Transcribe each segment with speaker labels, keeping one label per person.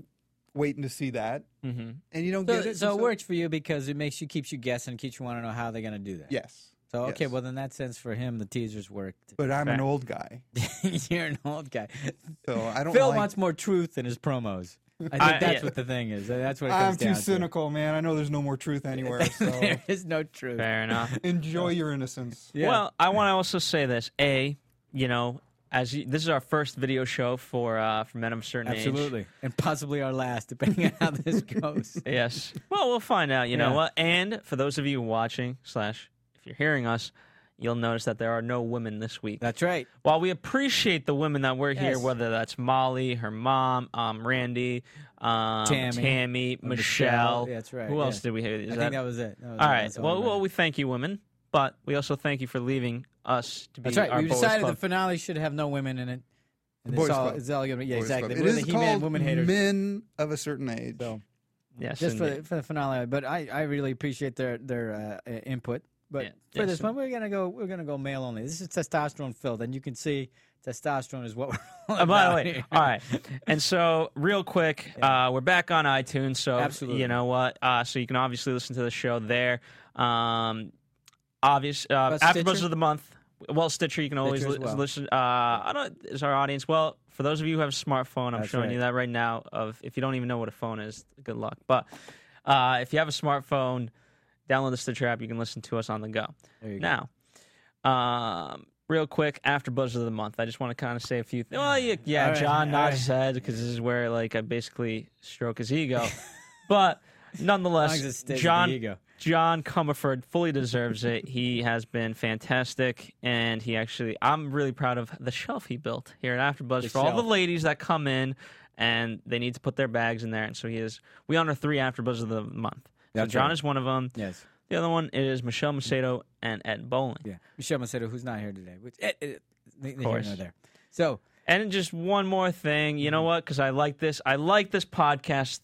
Speaker 1: waiting to see that,
Speaker 2: Mm-hmm.
Speaker 1: and you don't
Speaker 3: So,
Speaker 1: get it.
Speaker 3: so it works for you because it makes you keeps you guessing, keeps you want to know how they're going to do that.
Speaker 1: Yes,
Speaker 3: So okay,
Speaker 1: yes.
Speaker 3: well in that sense for him the teasers worked.
Speaker 1: but I'm an
Speaker 2: Fact.
Speaker 1: old guy,
Speaker 3: You're an old guy.
Speaker 1: so I don't.
Speaker 3: Phil
Speaker 1: like-
Speaker 3: wants more truth in his promos. I think
Speaker 2: I-
Speaker 3: that's
Speaker 2: yeah.
Speaker 3: what the thing is. That's what it comes
Speaker 1: I'm too
Speaker 3: down to.
Speaker 1: cynical, man. I know there's no more truth anywhere. So
Speaker 3: there is no truth.
Speaker 2: Fair enough.
Speaker 1: enjoy your innocence.
Speaker 3: Yeah.
Speaker 2: Well, I want to also say this: a, you know, as you, this is our first video show for uh, for men of a certain
Speaker 3: absolutely, and possibly our last, depending on how this goes.
Speaker 2: age. Yes. Well, we'll find out. You know
Speaker 3: Yeah.
Speaker 2: what? And for those of you watching slash if you're hearing us, you'll notice that there are no women this week.
Speaker 3: That's right.
Speaker 2: While we appreciate the women that were here,
Speaker 3: Yes.
Speaker 2: whether that's Molly, her mom, um, Randy, um,
Speaker 3: Tammy.
Speaker 2: Michelle.
Speaker 3: Yeah, that's right,
Speaker 2: Who else
Speaker 3: yeah.
Speaker 2: did we have?
Speaker 3: I think that was it. That was
Speaker 2: all
Speaker 3: it.
Speaker 2: right.
Speaker 3: That's
Speaker 2: Well,
Speaker 3: I
Speaker 2: well,
Speaker 3: remember.
Speaker 2: we thank you, women, but we also thank you for leaving us to be
Speaker 3: That's right.
Speaker 2: our
Speaker 3: We
Speaker 2: Boys
Speaker 3: decided
Speaker 2: Club.
Speaker 3: the finale should have no women in it. And
Speaker 1: Boys
Speaker 3: it's all,
Speaker 1: Club.
Speaker 3: it's all gonna be, yeah,
Speaker 1: Boys
Speaker 3: exactly.
Speaker 1: Club.
Speaker 3: We're
Speaker 1: It
Speaker 3: the
Speaker 1: is
Speaker 3: He-Man
Speaker 1: called
Speaker 3: women haters.
Speaker 1: Men of a certain age.
Speaker 3: So
Speaker 2: yes,
Speaker 3: just for
Speaker 2: indeed.
Speaker 3: the, for the finale, but I, I really appreciate their their uh, uh, input. But
Speaker 2: Yeah,
Speaker 3: for this
Speaker 2: yes.
Speaker 3: one, we're gonna go we're gonna go male only. This is testosterone filled, and you can see testosterone is what we're. All
Speaker 2: Uh,
Speaker 3: about
Speaker 2: by the way,
Speaker 3: here.
Speaker 2: all right. And so, real quick, uh, we're back on iTunes. So,
Speaker 3: Absolutely.
Speaker 2: you know what? Uh, so, you can obviously listen to the show there. Um, obvious. Uh,
Speaker 3: About
Speaker 2: after Buzz
Speaker 3: Stitcher?
Speaker 2: of the Month. Well, Stitcher, you can always
Speaker 3: Stitcher as
Speaker 2: li-
Speaker 3: well.
Speaker 2: listen. Uh, I don't. Is our audience well? For those of you who have a smartphone, I'm
Speaker 3: That's
Speaker 2: showing
Speaker 3: right.
Speaker 2: you that right now. Of if you don't even know what a phone is, good luck. But uh, if you have a smartphone, download the Stitcher app. You can listen to us on the go.
Speaker 3: There you go.
Speaker 2: Now, um, real quick, after buzz of the month, I just want to kind of say a few. Th- well, yeah, yeah
Speaker 3: All right,
Speaker 2: John
Speaker 3: all
Speaker 2: nods
Speaker 3: right.
Speaker 2: his head because this is where like I basically stroke his ego, but
Speaker 3: As long as it
Speaker 2: nonetheless,
Speaker 3: stays with
Speaker 2: John
Speaker 3: the ego.
Speaker 2: John Comerford fully deserves it. He has been fantastic, and he actually, I'm really proud of the shelf he built here at AfterBuzz
Speaker 3: The
Speaker 2: for all the
Speaker 3: shelf.
Speaker 2: ladies that come in, and they need to put their bags in there. And so he is. We honor three AfterBuzz of the month. So
Speaker 3: That's
Speaker 2: John
Speaker 3: right.
Speaker 2: is one of them.
Speaker 3: Yes,
Speaker 2: The other one is Michelle Macedo and Ed Bolin.
Speaker 3: yeah. Michelle Macedo, who's not here today, which eh, eh, they- they here
Speaker 2: course.
Speaker 3: nor there. So
Speaker 2: And just one more thing, you
Speaker 3: Mm-hmm.
Speaker 2: know what? Because I like this. I like this podcast.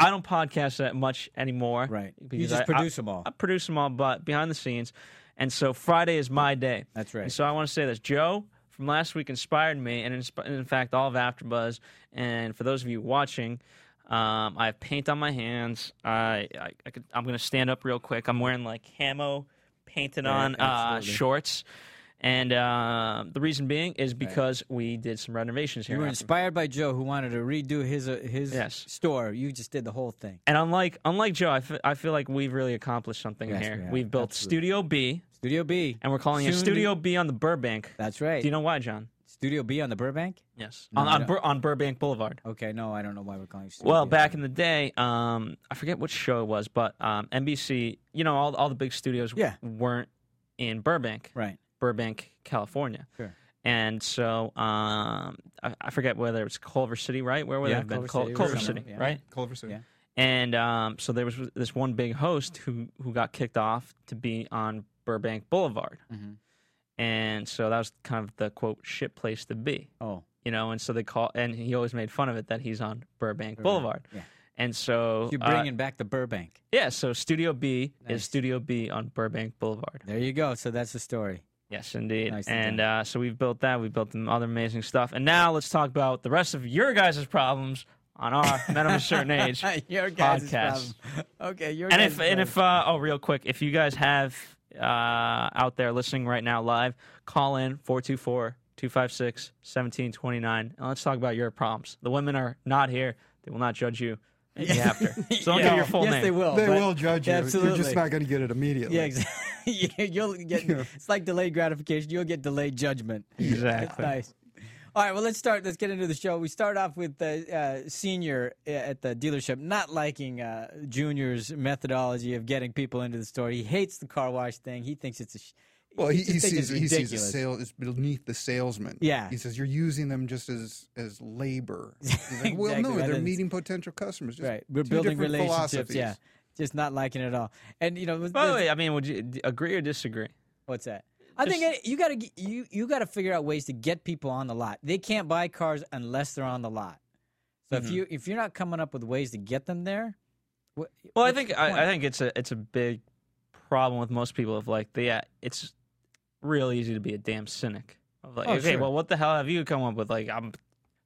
Speaker 2: I don't podcast that much anymore.
Speaker 3: Right. You
Speaker 2: because
Speaker 3: just
Speaker 2: I-
Speaker 3: produce
Speaker 2: I-
Speaker 3: them all.
Speaker 2: I produce them all, but behind the scenes. And so Friday is my day.
Speaker 3: That's right.
Speaker 2: And so I want to say this, Joe. From last week inspired me, and insp- and in fact, all of AfterBuzz. And for those of you watching, um, I have paint on my hands. I, I, I could, I'm going to stand up real quick. I'm wearing like camo painted on uh, shorts, and uh, the reason being is because we did some renovations here.
Speaker 3: You were
Speaker 2: in AfterBuzz.
Speaker 3: inspired by Joe, who wanted to redo his uh, his
Speaker 2: Yes.
Speaker 3: store. You just did the whole thing.
Speaker 2: And unlike unlike Joe, I fe- I feel like we've really accomplished something
Speaker 3: Yes,
Speaker 2: here.
Speaker 3: we have.
Speaker 2: We have built Studio B,
Speaker 3: Studio B.
Speaker 2: and we're calling it
Speaker 3: Soon to-
Speaker 2: Studio B on the Burbank.
Speaker 3: That's right.
Speaker 2: Do you know why, John?
Speaker 3: Studio B on the Burbank?
Speaker 2: Yes,
Speaker 3: No,
Speaker 2: on
Speaker 3: I
Speaker 2: on,
Speaker 3: don't-
Speaker 2: Bur- on Burbank Boulevard.
Speaker 3: Okay, no, I don't know why we're calling it Studio
Speaker 2: Well,
Speaker 3: B.
Speaker 2: back in the day, um, I forget which show it was, but um, NBC, you know, all all the big studios
Speaker 3: Yeah.
Speaker 2: weren't in Burbank,
Speaker 3: Right.
Speaker 2: Burbank, California.
Speaker 3: Sure.
Speaker 2: And so um, I, I forget whether it's Culver City, right? Where would
Speaker 3: Yeah,
Speaker 2: that have been?
Speaker 3: Culver
Speaker 2: Cul-
Speaker 3: City or
Speaker 2: Culver
Speaker 3: somewhere,
Speaker 2: City,
Speaker 3: yeah.
Speaker 2: right?
Speaker 1: Culver City.
Speaker 3: Yeah.
Speaker 2: And um, so there was this one big host who who got kicked off to be on Burbank Boulevard,
Speaker 3: Mhm.
Speaker 2: Mm-hmm. and so that was kind of the quote shit place to be,
Speaker 3: Oh,
Speaker 2: you know. And so they call, and he always made fun of it that he's on Burbank, Boulevard,
Speaker 3: yeah.
Speaker 2: and so
Speaker 3: you're
Speaker 2: uh,
Speaker 3: bringing back the Burbank.
Speaker 2: yeah, so Studio B
Speaker 3: Nice.
Speaker 2: is Studio B on Burbank Boulevard.
Speaker 3: There you go. So that's the story.
Speaker 2: Yes, indeed.
Speaker 3: Nicely
Speaker 2: and uh, so we've built that. We built some other amazing stuff. And now let's talk about the rest of your guys' problems on our Men of a Certain Age
Speaker 3: your guys'
Speaker 2: podcast.
Speaker 3: problem. Okay, your
Speaker 2: And
Speaker 3: guys'
Speaker 2: if and if
Speaker 3: problem.
Speaker 2: uh, oh, real quick, if you guys have uh, out there listening right now live, call in 424-256-1729 and let's talk about your problems. The women are not here; they will not judge you. Maybe after, so don't give your full
Speaker 3: yes,
Speaker 2: name.
Speaker 3: they will.
Speaker 1: They
Speaker 3: but-
Speaker 1: will judge you. You're
Speaker 3: Absolutely.
Speaker 1: just not going to get it immediately.
Speaker 3: Yeah, exactly. You'll get it's like delayed gratification. You'll get delayed judgment. That's
Speaker 2: Exactly.
Speaker 3: nice. All right, well, let's start. Let's get into the show. We start off with the uh, senior at the dealership not liking uh, Junior's methodology of getting people into the store. He hates the car wash thing. He thinks it's a. Sh-
Speaker 1: Well, he,
Speaker 3: just
Speaker 1: he
Speaker 3: think it's
Speaker 1: sees he sees a
Speaker 3: ridiculous.
Speaker 1: sale is beneath the salesman.
Speaker 3: Yeah.
Speaker 1: he says you're using them just as as labor. He's like, well,
Speaker 3: Exactly,
Speaker 1: no,
Speaker 3: that
Speaker 1: they're
Speaker 3: is-
Speaker 1: meeting potential customers. Just
Speaker 3: right, we're
Speaker 1: two
Speaker 3: building
Speaker 1: different
Speaker 3: relationships. Yeah,
Speaker 1: philosophies.
Speaker 3: just not liking it at all. And you know, with
Speaker 2: By the
Speaker 3: this-
Speaker 2: way, I mean, would you d- agree or disagree?
Speaker 3: What's that? I think it- you got to you you got to figure out ways to get people on the lot. They can't buy cars unless they're on the lot. So
Speaker 2: Mm-hmm.
Speaker 3: if you if you're not coming up with ways to get them there, what,
Speaker 2: Well, I
Speaker 3: what's
Speaker 2: think
Speaker 3: the
Speaker 2: I, I
Speaker 3: point?
Speaker 2: think it's a it's a big problem with most people of like the yeah, it's real easy to be a damn cynic of like
Speaker 3: Oh,
Speaker 2: okay
Speaker 3: sure.
Speaker 2: well what the hell have you come up with like I'm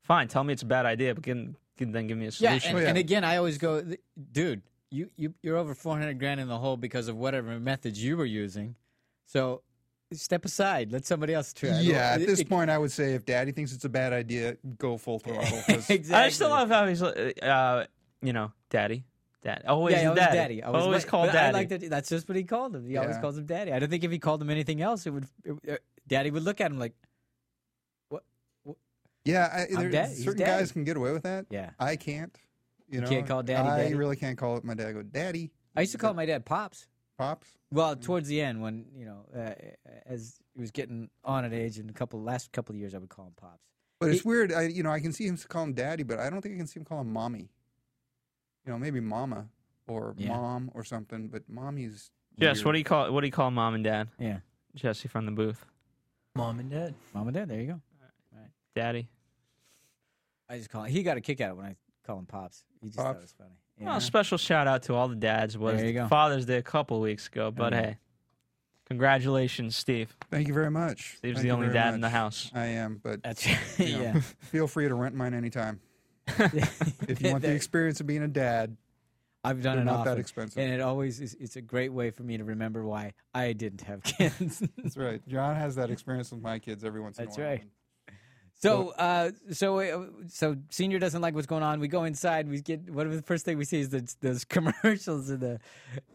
Speaker 2: fine tell me it's a bad idea but can, can then give me a
Speaker 3: yeah,
Speaker 2: solution
Speaker 3: and,
Speaker 1: Oh, yeah.
Speaker 3: and again, I always go, th- dude, you you you're over four hundred grand in the hole because of whatever methods you were using. So step aside, let somebody else try. e,
Speaker 1: Yeah, at
Speaker 3: It-
Speaker 1: this
Speaker 3: it-
Speaker 1: point, I would say if Daddy thinks it's a bad idea, go full throttle. 'cause
Speaker 3: e, exactly.
Speaker 2: I still love how he's uh, you know daddy dad always
Speaker 3: Yeah, he always
Speaker 2: daddy,
Speaker 3: daddy. I was
Speaker 2: always
Speaker 3: like-
Speaker 2: called
Speaker 3: but
Speaker 2: daddy
Speaker 3: I like that. That's just what he called him. He always
Speaker 1: Yeah.
Speaker 3: calls him daddy. I don't think if he called him anything else, it would. It, uh, daddy would look at him like,
Speaker 1: Yeah, I,
Speaker 3: I'm
Speaker 1: there,
Speaker 3: dad- he's
Speaker 1: certain
Speaker 3: daddy.
Speaker 1: guys can get away with that.
Speaker 3: yeah.
Speaker 1: I can't. You know,
Speaker 3: can't call Daddy
Speaker 1: I
Speaker 3: Daddy?
Speaker 1: really can't call it. My dad I go, Daddy,
Speaker 3: I used to call my dad pops.
Speaker 1: pops.
Speaker 3: Well, towards the end, when you know, uh, as he was getting on at age, and a couple last couple of years, I would call him pops.
Speaker 1: But it's
Speaker 3: It-
Speaker 1: weird. I you know I can see him call him Daddy, but I don't think I can see him call him Mommy. You know, maybe Mama or
Speaker 3: Yeah.
Speaker 1: Mom or something. But Mommy's.
Speaker 2: Jess
Speaker 1: weird.
Speaker 2: what do you call what do you call mom and dad
Speaker 3: Yeah,
Speaker 2: Jesse from the booth
Speaker 4: Mom and Dad.
Speaker 3: mom and dad. There you go.
Speaker 2: daddy
Speaker 3: I just call. He got a kick out of it when I call him pops. He just thought it
Speaker 1: Pops.
Speaker 3: was funny.
Speaker 2: well
Speaker 3: Yeah.
Speaker 2: Oh, special shout out to all the dads was
Speaker 3: There you go. Oh,
Speaker 2: Father's Day a couple weeks ago but
Speaker 3: yeah.
Speaker 2: hey congratulations Steve.
Speaker 1: Thank you very much.
Speaker 2: Steve's
Speaker 1: Thank
Speaker 2: the
Speaker 1: you
Speaker 2: only
Speaker 1: very
Speaker 2: dad in the
Speaker 1: much.
Speaker 2: house.
Speaker 1: I am, but
Speaker 3: That's yeah.
Speaker 1: feel free to rent mine anytime if you want the
Speaker 3: There-
Speaker 1: experience of being a dad.
Speaker 3: I've done
Speaker 1: They're
Speaker 3: it
Speaker 1: not that
Speaker 3: often,
Speaker 1: expensive.
Speaker 3: and it always is, it's a great way for me to remember why I didn't have kids.
Speaker 1: That's right. John has that experience with my kids every once in
Speaker 3: That's
Speaker 1: a while.
Speaker 3: right. so, uh, so, uh, so senior doesn't like what's going on. We go inside. We get what the first thing we see is the, those commercials of the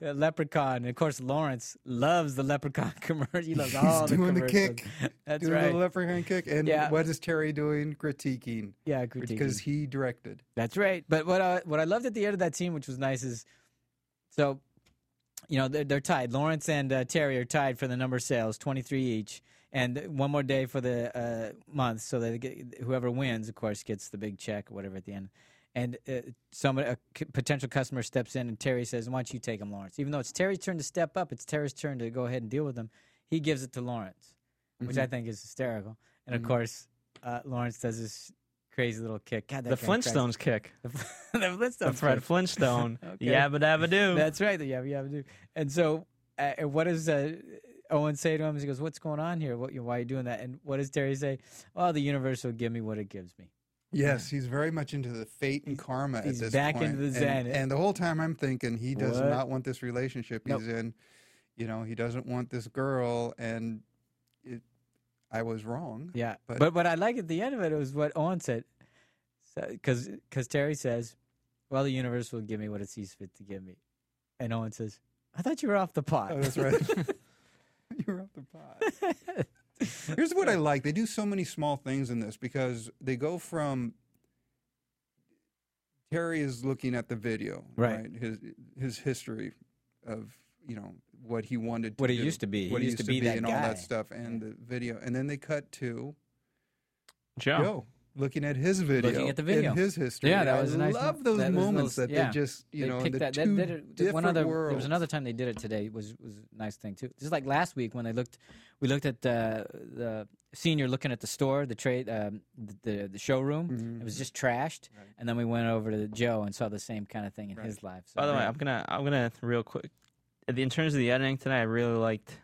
Speaker 3: uh, leprechaun. And of course, Lawrence loves the leprechaun commercial. He loves all the
Speaker 1: doing the
Speaker 3: commercials.
Speaker 1: kick.
Speaker 3: That's
Speaker 1: doing a
Speaker 3: right.
Speaker 1: little leprechaun kick. And
Speaker 3: Yeah.
Speaker 1: what is Terry doing? Critiquing.
Speaker 3: yeah,
Speaker 1: Because
Speaker 3: critiquing.
Speaker 1: he directed.
Speaker 3: That's right. But what I, what I loved at the end of that scene, which was nice, is so you know they're, they're tied. Lawrence and uh, Terry are tied for the number of sales, twenty three each, and one more day for the uh, month. So that whoever wins, of course, gets the big check or whatever at the end. And uh, somebody, a c- potential customer steps in, and Terry says, "Why don't you take him, Lawrence?" Even though it's Terry's turn to step up, it's Terry's turn to go ahead and deal with him. He gives it to Lawrence, which I think is hysterical. And of course, uh, Lawrence does this crazy little kick. God, that
Speaker 2: The
Speaker 3: guy cracks-
Speaker 2: Flintstones kick.
Speaker 3: The Flintstones.
Speaker 2: The Fred
Speaker 3: kick.
Speaker 2: Flintstone.
Speaker 3: Okay.
Speaker 2: Yabba dabba doo.
Speaker 3: That's right. The yabba yabba do. And so, uh, and what does uh, Owen say to him? He goes, "What's going on here? What, why are you doing that?" And what does Terry say? Oh, the universe will give me what it gives me.
Speaker 1: Yes, he's very much into the fate and karma
Speaker 3: he's
Speaker 1: at this
Speaker 3: back
Speaker 1: point.
Speaker 3: into the
Speaker 1: And-
Speaker 3: zen.
Speaker 1: And, the whole time I'm thinking he does
Speaker 3: What?
Speaker 1: not want this relationship he's in. You know, he doesn't want this girl and it I was wrong.
Speaker 3: Yeah. But,
Speaker 1: But-
Speaker 3: what I like at the end of it was what Owen said, because because Terry says, "Well, the universe will give me what it sees fit to give me," and Owen says, "I thought you were off the pot."
Speaker 1: Oh, that's right. you were off the pot. Here's what I like. They do so many small things in this because they go from Terry is looking at the video,
Speaker 3: Right.
Speaker 1: His his history of you know what he wanted, to
Speaker 3: What he
Speaker 1: do,
Speaker 3: used to be. He
Speaker 1: what he
Speaker 3: used
Speaker 1: used,
Speaker 3: to be that
Speaker 1: and all
Speaker 3: guy.
Speaker 1: that stuff, and the video, and then they cut to
Speaker 2: Joe.
Speaker 1: Joe looking at his video,
Speaker 3: Looking at the video.
Speaker 1: and his history.
Speaker 3: Yeah, that was
Speaker 1: I
Speaker 3: a nice-
Speaker 1: love those
Speaker 3: that was
Speaker 1: moments
Speaker 3: those-
Speaker 1: that
Speaker 3: yeah.
Speaker 1: they just you
Speaker 3: They
Speaker 1: know
Speaker 3: picked
Speaker 1: the
Speaker 3: that- that-
Speaker 1: two
Speaker 3: that- that-
Speaker 1: different
Speaker 3: one other,
Speaker 1: worlds.
Speaker 3: There was another time they did it today. Was was a nice thing too. Just like last week when they looked, we looked at the the senior looking at the store, the trade, um, the, the the showroom.
Speaker 1: Mm-hmm.
Speaker 3: It was just trashed, and then we went over to Joe and saw the same kind of thing in his life. So,
Speaker 2: By the way,
Speaker 3: yeah.
Speaker 2: I'm gonna I'm gonna real quick. In terms of the editing today, I really liked.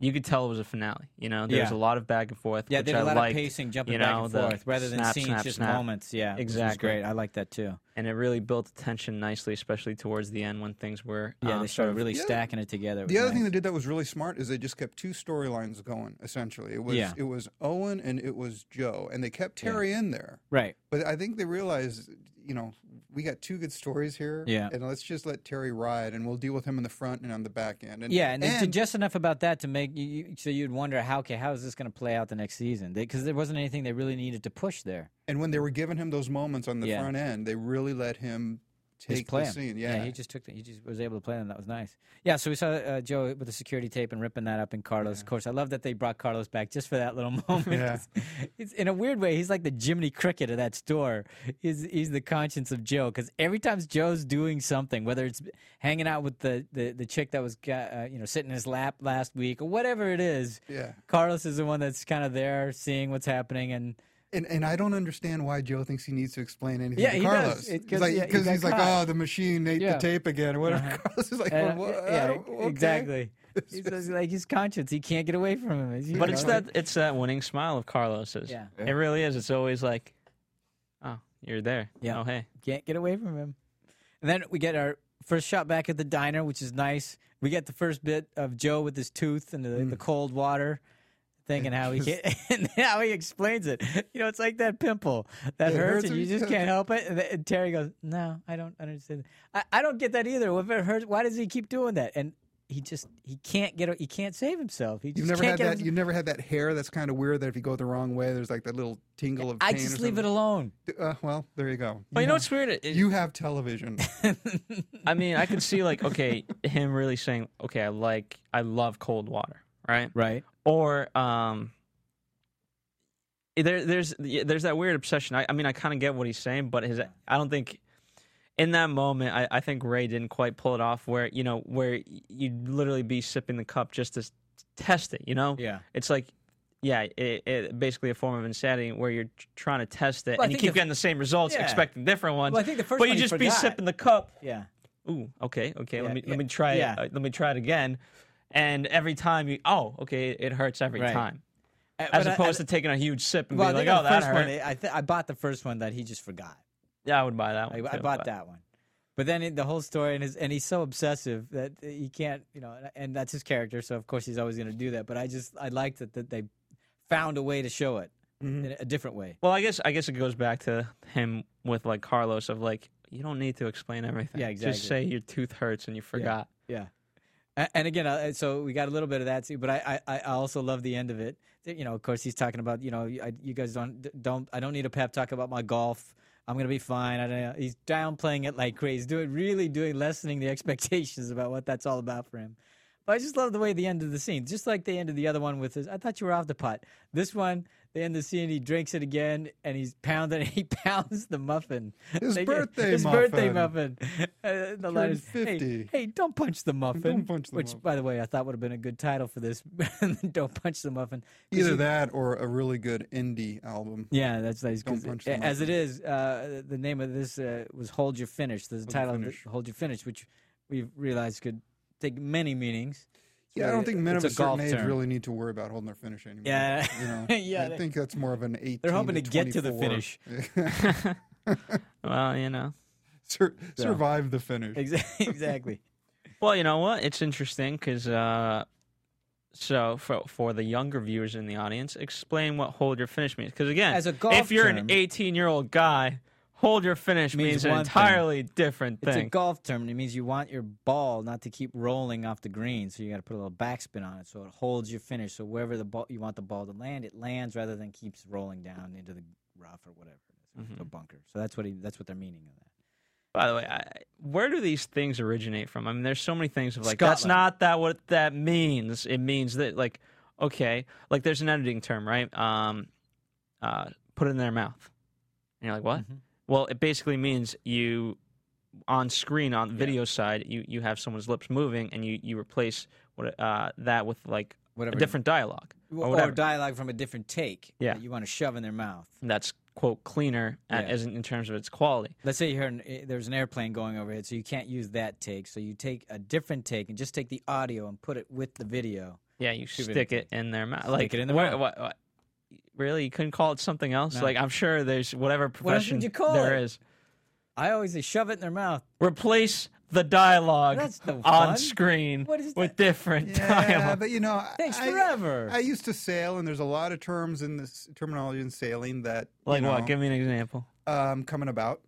Speaker 2: You could tell it was a finale. You know, there was
Speaker 3: Yeah.
Speaker 2: a lot of back and forth.
Speaker 3: yeah,
Speaker 2: which
Speaker 3: they did a
Speaker 2: I
Speaker 3: lot
Speaker 2: liked,
Speaker 3: of pacing, jumping
Speaker 2: you
Speaker 3: back
Speaker 2: know,
Speaker 3: and
Speaker 2: the
Speaker 3: forth, rather than
Speaker 2: snap,
Speaker 3: scenes,
Speaker 2: snap,
Speaker 3: just
Speaker 2: snap.
Speaker 3: moments. Yeah, which was
Speaker 2: Exactly.
Speaker 3: great. I like that too.
Speaker 2: and it really built the tension nicely, especially towards the end when things were
Speaker 3: Yeah,
Speaker 2: um,
Speaker 3: they
Speaker 2: sort
Speaker 3: started
Speaker 2: of
Speaker 3: really
Speaker 1: The other-
Speaker 3: stacking it together. It
Speaker 1: The
Speaker 3: was
Speaker 1: other thing
Speaker 3: nice.
Speaker 1: they did that was really smart is they just kept two storylines going. Essentially, it was
Speaker 3: Yeah.
Speaker 1: it was Owen and it was Joe, and they kept Terry in there.
Speaker 3: right.
Speaker 1: But I think they realized, you know, we got two good stories here,
Speaker 3: Yeah.
Speaker 1: and let's just let Terry ride, and we'll deal with him in the front and on the back end. And
Speaker 3: Yeah, and, they did just enough about that to make you, you so you'd wonder how okay how is this going to play out the next season because there wasn't anything they really needed to push there.
Speaker 1: and when they were giving him those moments on the
Speaker 3: Yeah.
Speaker 1: front end, they really let him
Speaker 3: Just
Speaker 1: take
Speaker 3: play
Speaker 1: the
Speaker 3: 'em.
Speaker 1: scene.
Speaker 3: yeah.
Speaker 1: Yeah,
Speaker 3: he just took the, he just was able to play them. That was nice. Yeah, so we saw uh, Joe with the security tape and ripping that up, and Carlos. Of course, I love that they brought Carlos back just for that little moment.
Speaker 1: Yeah.
Speaker 3: it's in a weird way, he's like the Jiminy Cricket of that store. He's he's the conscience of Joe because every time Joe's doing something, whether it's hanging out with the the, the chick that was uh, you know sitting in his lap last week or whatever it is.
Speaker 1: yeah.
Speaker 3: Carlos is the one that's kind of there, seeing what's happening, and
Speaker 1: And and I don't understand why Joe thinks he needs to explain anything
Speaker 3: Yeah,
Speaker 1: to
Speaker 3: he does.
Speaker 1: Carlos.
Speaker 3: It-
Speaker 1: It's
Speaker 3: 'cause,
Speaker 1: like-
Speaker 3: yeah, he got
Speaker 1: he's like,
Speaker 3: caught.
Speaker 1: oh, the machine ate
Speaker 3: Yeah. Uh-huh.
Speaker 1: the tape again, or whatever. Carlos is like,
Speaker 3: and,
Speaker 1: well, what? I
Speaker 3: uh, yeah,
Speaker 1: don't- okay."
Speaker 3: exactly. He's just like his conscience; he can't get away from him. you
Speaker 2: But
Speaker 3: know,
Speaker 2: it's that it's that winning smile of Carlos's.
Speaker 3: Yeah.
Speaker 2: It really is. It's always like, oh, you're there.
Speaker 3: Yeah.
Speaker 2: Oh, hey.
Speaker 3: can't get away from him. And then we get our first shot back at the diner, which is nice. We get the first bit of Joe with his tooth and the,
Speaker 1: Mm.
Speaker 3: the cold water. Thinking how he can, and how he explains it. You know, it's like that pimple that hurts,
Speaker 1: It hurts
Speaker 3: and
Speaker 1: when
Speaker 3: you
Speaker 1: you
Speaker 3: just
Speaker 1: touch
Speaker 3: can't help it. And, th- and Terry goes, "No, I don't understand. I, I don't get that either. If it hurts, why does he keep doing that?" And he just he can't get a- he can't save himself. He just
Speaker 1: You've never
Speaker 3: can't
Speaker 1: had
Speaker 3: get
Speaker 1: that.
Speaker 3: him-
Speaker 1: You've never had that hair that's kind of weird. That if you go the wrong way, there's like that little tingle of.
Speaker 3: I
Speaker 1: pain
Speaker 3: just leave it alone.
Speaker 1: it. Uh, well, there you go.
Speaker 2: Well, Oh, you know what's weird? It-
Speaker 1: You have television.
Speaker 2: I mean, I could see like, okay, him really saying, okay, I like, I love cold water, right?
Speaker 3: Right.
Speaker 2: Or um, there, there's there's that weird obsession. I, I mean, I kind of get what he's saying, but his, I don't think. In that moment, I, I think Ray didn't quite pull it off. Where you know, where you'd literally be sipping the cup just to s- test it. You know,
Speaker 3: Yeah.
Speaker 2: it's like, yeah, it, it basically a form of insanity where you're tr- trying to test it
Speaker 3: Well, I
Speaker 2: and you
Speaker 3: think
Speaker 2: keep
Speaker 3: the-
Speaker 2: getting the same results,
Speaker 3: Yeah.
Speaker 2: expecting different ones.
Speaker 3: Well, I think the first
Speaker 2: but
Speaker 3: one
Speaker 2: you
Speaker 3: he
Speaker 2: just be
Speaker 3: forgot.
Speaker 2: sipping the cup,
Speaker 3: Yeah.
Speaker 2: ooh, okay, okay,
Speaker 3: Yeah,
Speaker 2: let me
Speaker 3: yeah,
Speaker 2: let me try
Speaker 3: yeah.
Speaker 2: it. uh, let me try it again. And every time you, oh, okay, it hurts every
Speaker 3: Right.
Speaker 2: time,
Speaker 3: Uh,
Speaker 2: as
Speaker 3: but I-
Speaker 2: opposed
Speaker 3: I-
Speaker 2: to taking a huge sip and
Speaker 3: well, I
Speaker 2: being
Speaker 3: think
Speaker 2: like,
Speaker 3: on
Speaker 2: oh,
Speaker 3: the
Speaker 2: that
Speaker 3: first
Speaker 2: hurt.
Speaker 3: one, I, th- I bought the first one that he just forgot.
Speaker 2: yeah, I would buy that
Speaker 3: I,
Speaker 2: one.
Speaker 3: I
Speaker 2: too,
Speaker 3: bought
Speaker 2: but-
Speaker 3: that one. But then it, the whole story and his, and he's so obsessive that he can't, you know, and- and that's his character. So of course he's always going to do that. But I just I liked that that they found a way to show it
Speaker 2: Mm-hmm.
Speaker 3: in a- a different way.
Speaker 2: Well, I guess I guess it goes back to him with like Carlos of like, you don't need to explain everything.
Speaker 3: Yeah,
Speaker 2: Just say
Speaker 3: exactly.
Speaker 2: your tooth hurts and you forgot.
Speaker 3: Yeah. A- And again, I- so we got a little bit of that too, but I, I, I also love the end of it. That, You know, of course, he's talking about you know, I, you guys don't don't I don't need a pep talk about my golf. I'm gonna be fine. I don't know. He's downplaying it like crazy, doing really doing lessening the expectations about what that's all about for him. But I just love the way the end of the scene, just like the end of the other one with his. I thought you were off the pot. This one, They end the scene. He drinks it again, and he's pounding. He pounds the muffin.
Speaker 1: His
Speaker 3: They-
Speaker 1: birthday
Speaker 3: his birthday
Speaker 1: muffin.
Speaker 3: muffin. Uh, the line is,
Speaker 1: Turned 50.
Speaker 3: Hey, hey, don't punch the muffin.
Speaker 1: punch the
Speaker 3: Which,
Speaker 1: muffin.
Speaker 3: by the way, I thought would have been a good title for this. don't punch the muffin. 'Cause
Speaker 1: Either
Speaker 3: you-
Speaker 1: that or a really good indie album.
Speaker 3: Yeah, that's nice. 'cause
Speaker 1: Don't punch
Speaker 3: it-
Speaker 1: the
Speaker 3: as it
Speaker 1: muffin.
Speaker 3: is, uh, the name of this uh, was "Hold Your Finish." There's a
Speaker 1: Your
Speaker 3: title of
Speaker 1: Finish.
Speaker 3: it, "Hold Your Finish," which we realized could take many meanings. It's
Speaker 1: Yeah, I don't
Speaker 3: really-
Speaker 1: think men of
Speaker 3: it's
Speaker 1: a certain
Speaker 3: golf
Speaker 1: age
Speaker 3: term.
Speaker 1: really need to worry about holding their finish anymore.
Speaker 3: Yeah.
Speaker 1: you know,
Speaker 3: Yeah,
Speaker 1: I
Speaker 3: they-
Speaker 1: think that's more of an eighteen.
Speaker 3: hoping to get to the
Speaker 1: 24.
Speaker 3: finish.
Speaker 2: Well, you know.
Speaker 1: Sur- Survive the finish.
Speaker 3: Exa- exactly.
Speaker 2: Well, you know what? It's interesting because uh, so for for the younger viewers in the audience, explain what "hold your finish" means. Because again,
Speaker 3: As a golf
Speaker 2: if you're
Speaker 3: term-
Speaker 2: an 18 year old guy, "hold your finish"
Speaker 3: Means
Speaker 2: means, an
Speaker 3: one thing.
Speaker 2: entirely different
Speaker 3: It's a
Speaker 2: thing.
Speaker 3: golf term. and It means you want your ball not to keep rolling off the green, so you got to put a little backspin on it, so it holds your finish. So wherever the ball you want the ball to land, it lands rather than keeps rolling down into the rough or whatever it
Speaker 2: Mm-hmm.
Speaker 3: is, a bunker. So that's what he, that's what they're meaning of that.
Speaker 2: By the way, I, where do these things originate from? I mean, there's so many things of like that's
Speaker 3: Scotland.
Speaker 2: not that what that means. It means that like okay, like there's an editing term, right? Um, uh, put it in their mouth, and you're like, what?
Speaker 3: Mm-hmm.
Speaker 2: Well, it basically means you on screen on video side, you you have someone's lips moving, and you you replace what uh that with like
Speaker 3: Whatever. oh,
Speaker 2: a different dialogue or
Speaker 3: Or,
Speaker 2: whatever.
Speaker 3: dialogue from a different take
Speaker 2: Yeah.
Speaker 3: that you want to shove in their mouth.
Speaker 2: that's quote cleaner at,
Speaker 3: Yeah.
Speaker 2: as in, in terms of its quality.
Speaker 3: Let's say you heard an, eh, there's an airplane going overhead, so you can't use that take. So you take a different take and just take the audio and put it with the video.
Speaker 2: Yeah, you
Speaker 3: Stupid.
Speaker 2: stick it in their mouth.
Speaker 3: Stick
Speaker 2: like
Speaker 3: it in their
Speaker 2: wha-
Speaker 3: mouth.
Speaker 2: wha- wha- really, you couldn't call it something else.
Speaker 3: No.
Speaker 2: Like I'm sure there's whatever
Speaker 3: else would
Speaker 2: profession
Speaker 3: you call
Speaker 2: there
Speaker 3: it?
Speaker 2: is.
Speaker 3: I always say shove it in their mouth.
Speaker 2: Replace the dialogue
Speaker 3: That's no fun.
Speaker 2: on screen
Speaker 3: What is
Speaker 2: with
Speaker 3: that?
Speaker 2: different
Speaker 1: Yeah,
Speaker 2: dialogue.
Speaker 1: but you know, I-
Speaker 3: Thanks
Speaker 1: I,
Speaker 3: forever.
Speaker 1: I used to sail, and there's a lot of terms in this terminology in sailing that you
Speaker 2: like what?
Speaker 1: know,
Speaker 2: Give me an example.
Speaker 1: um, coming about.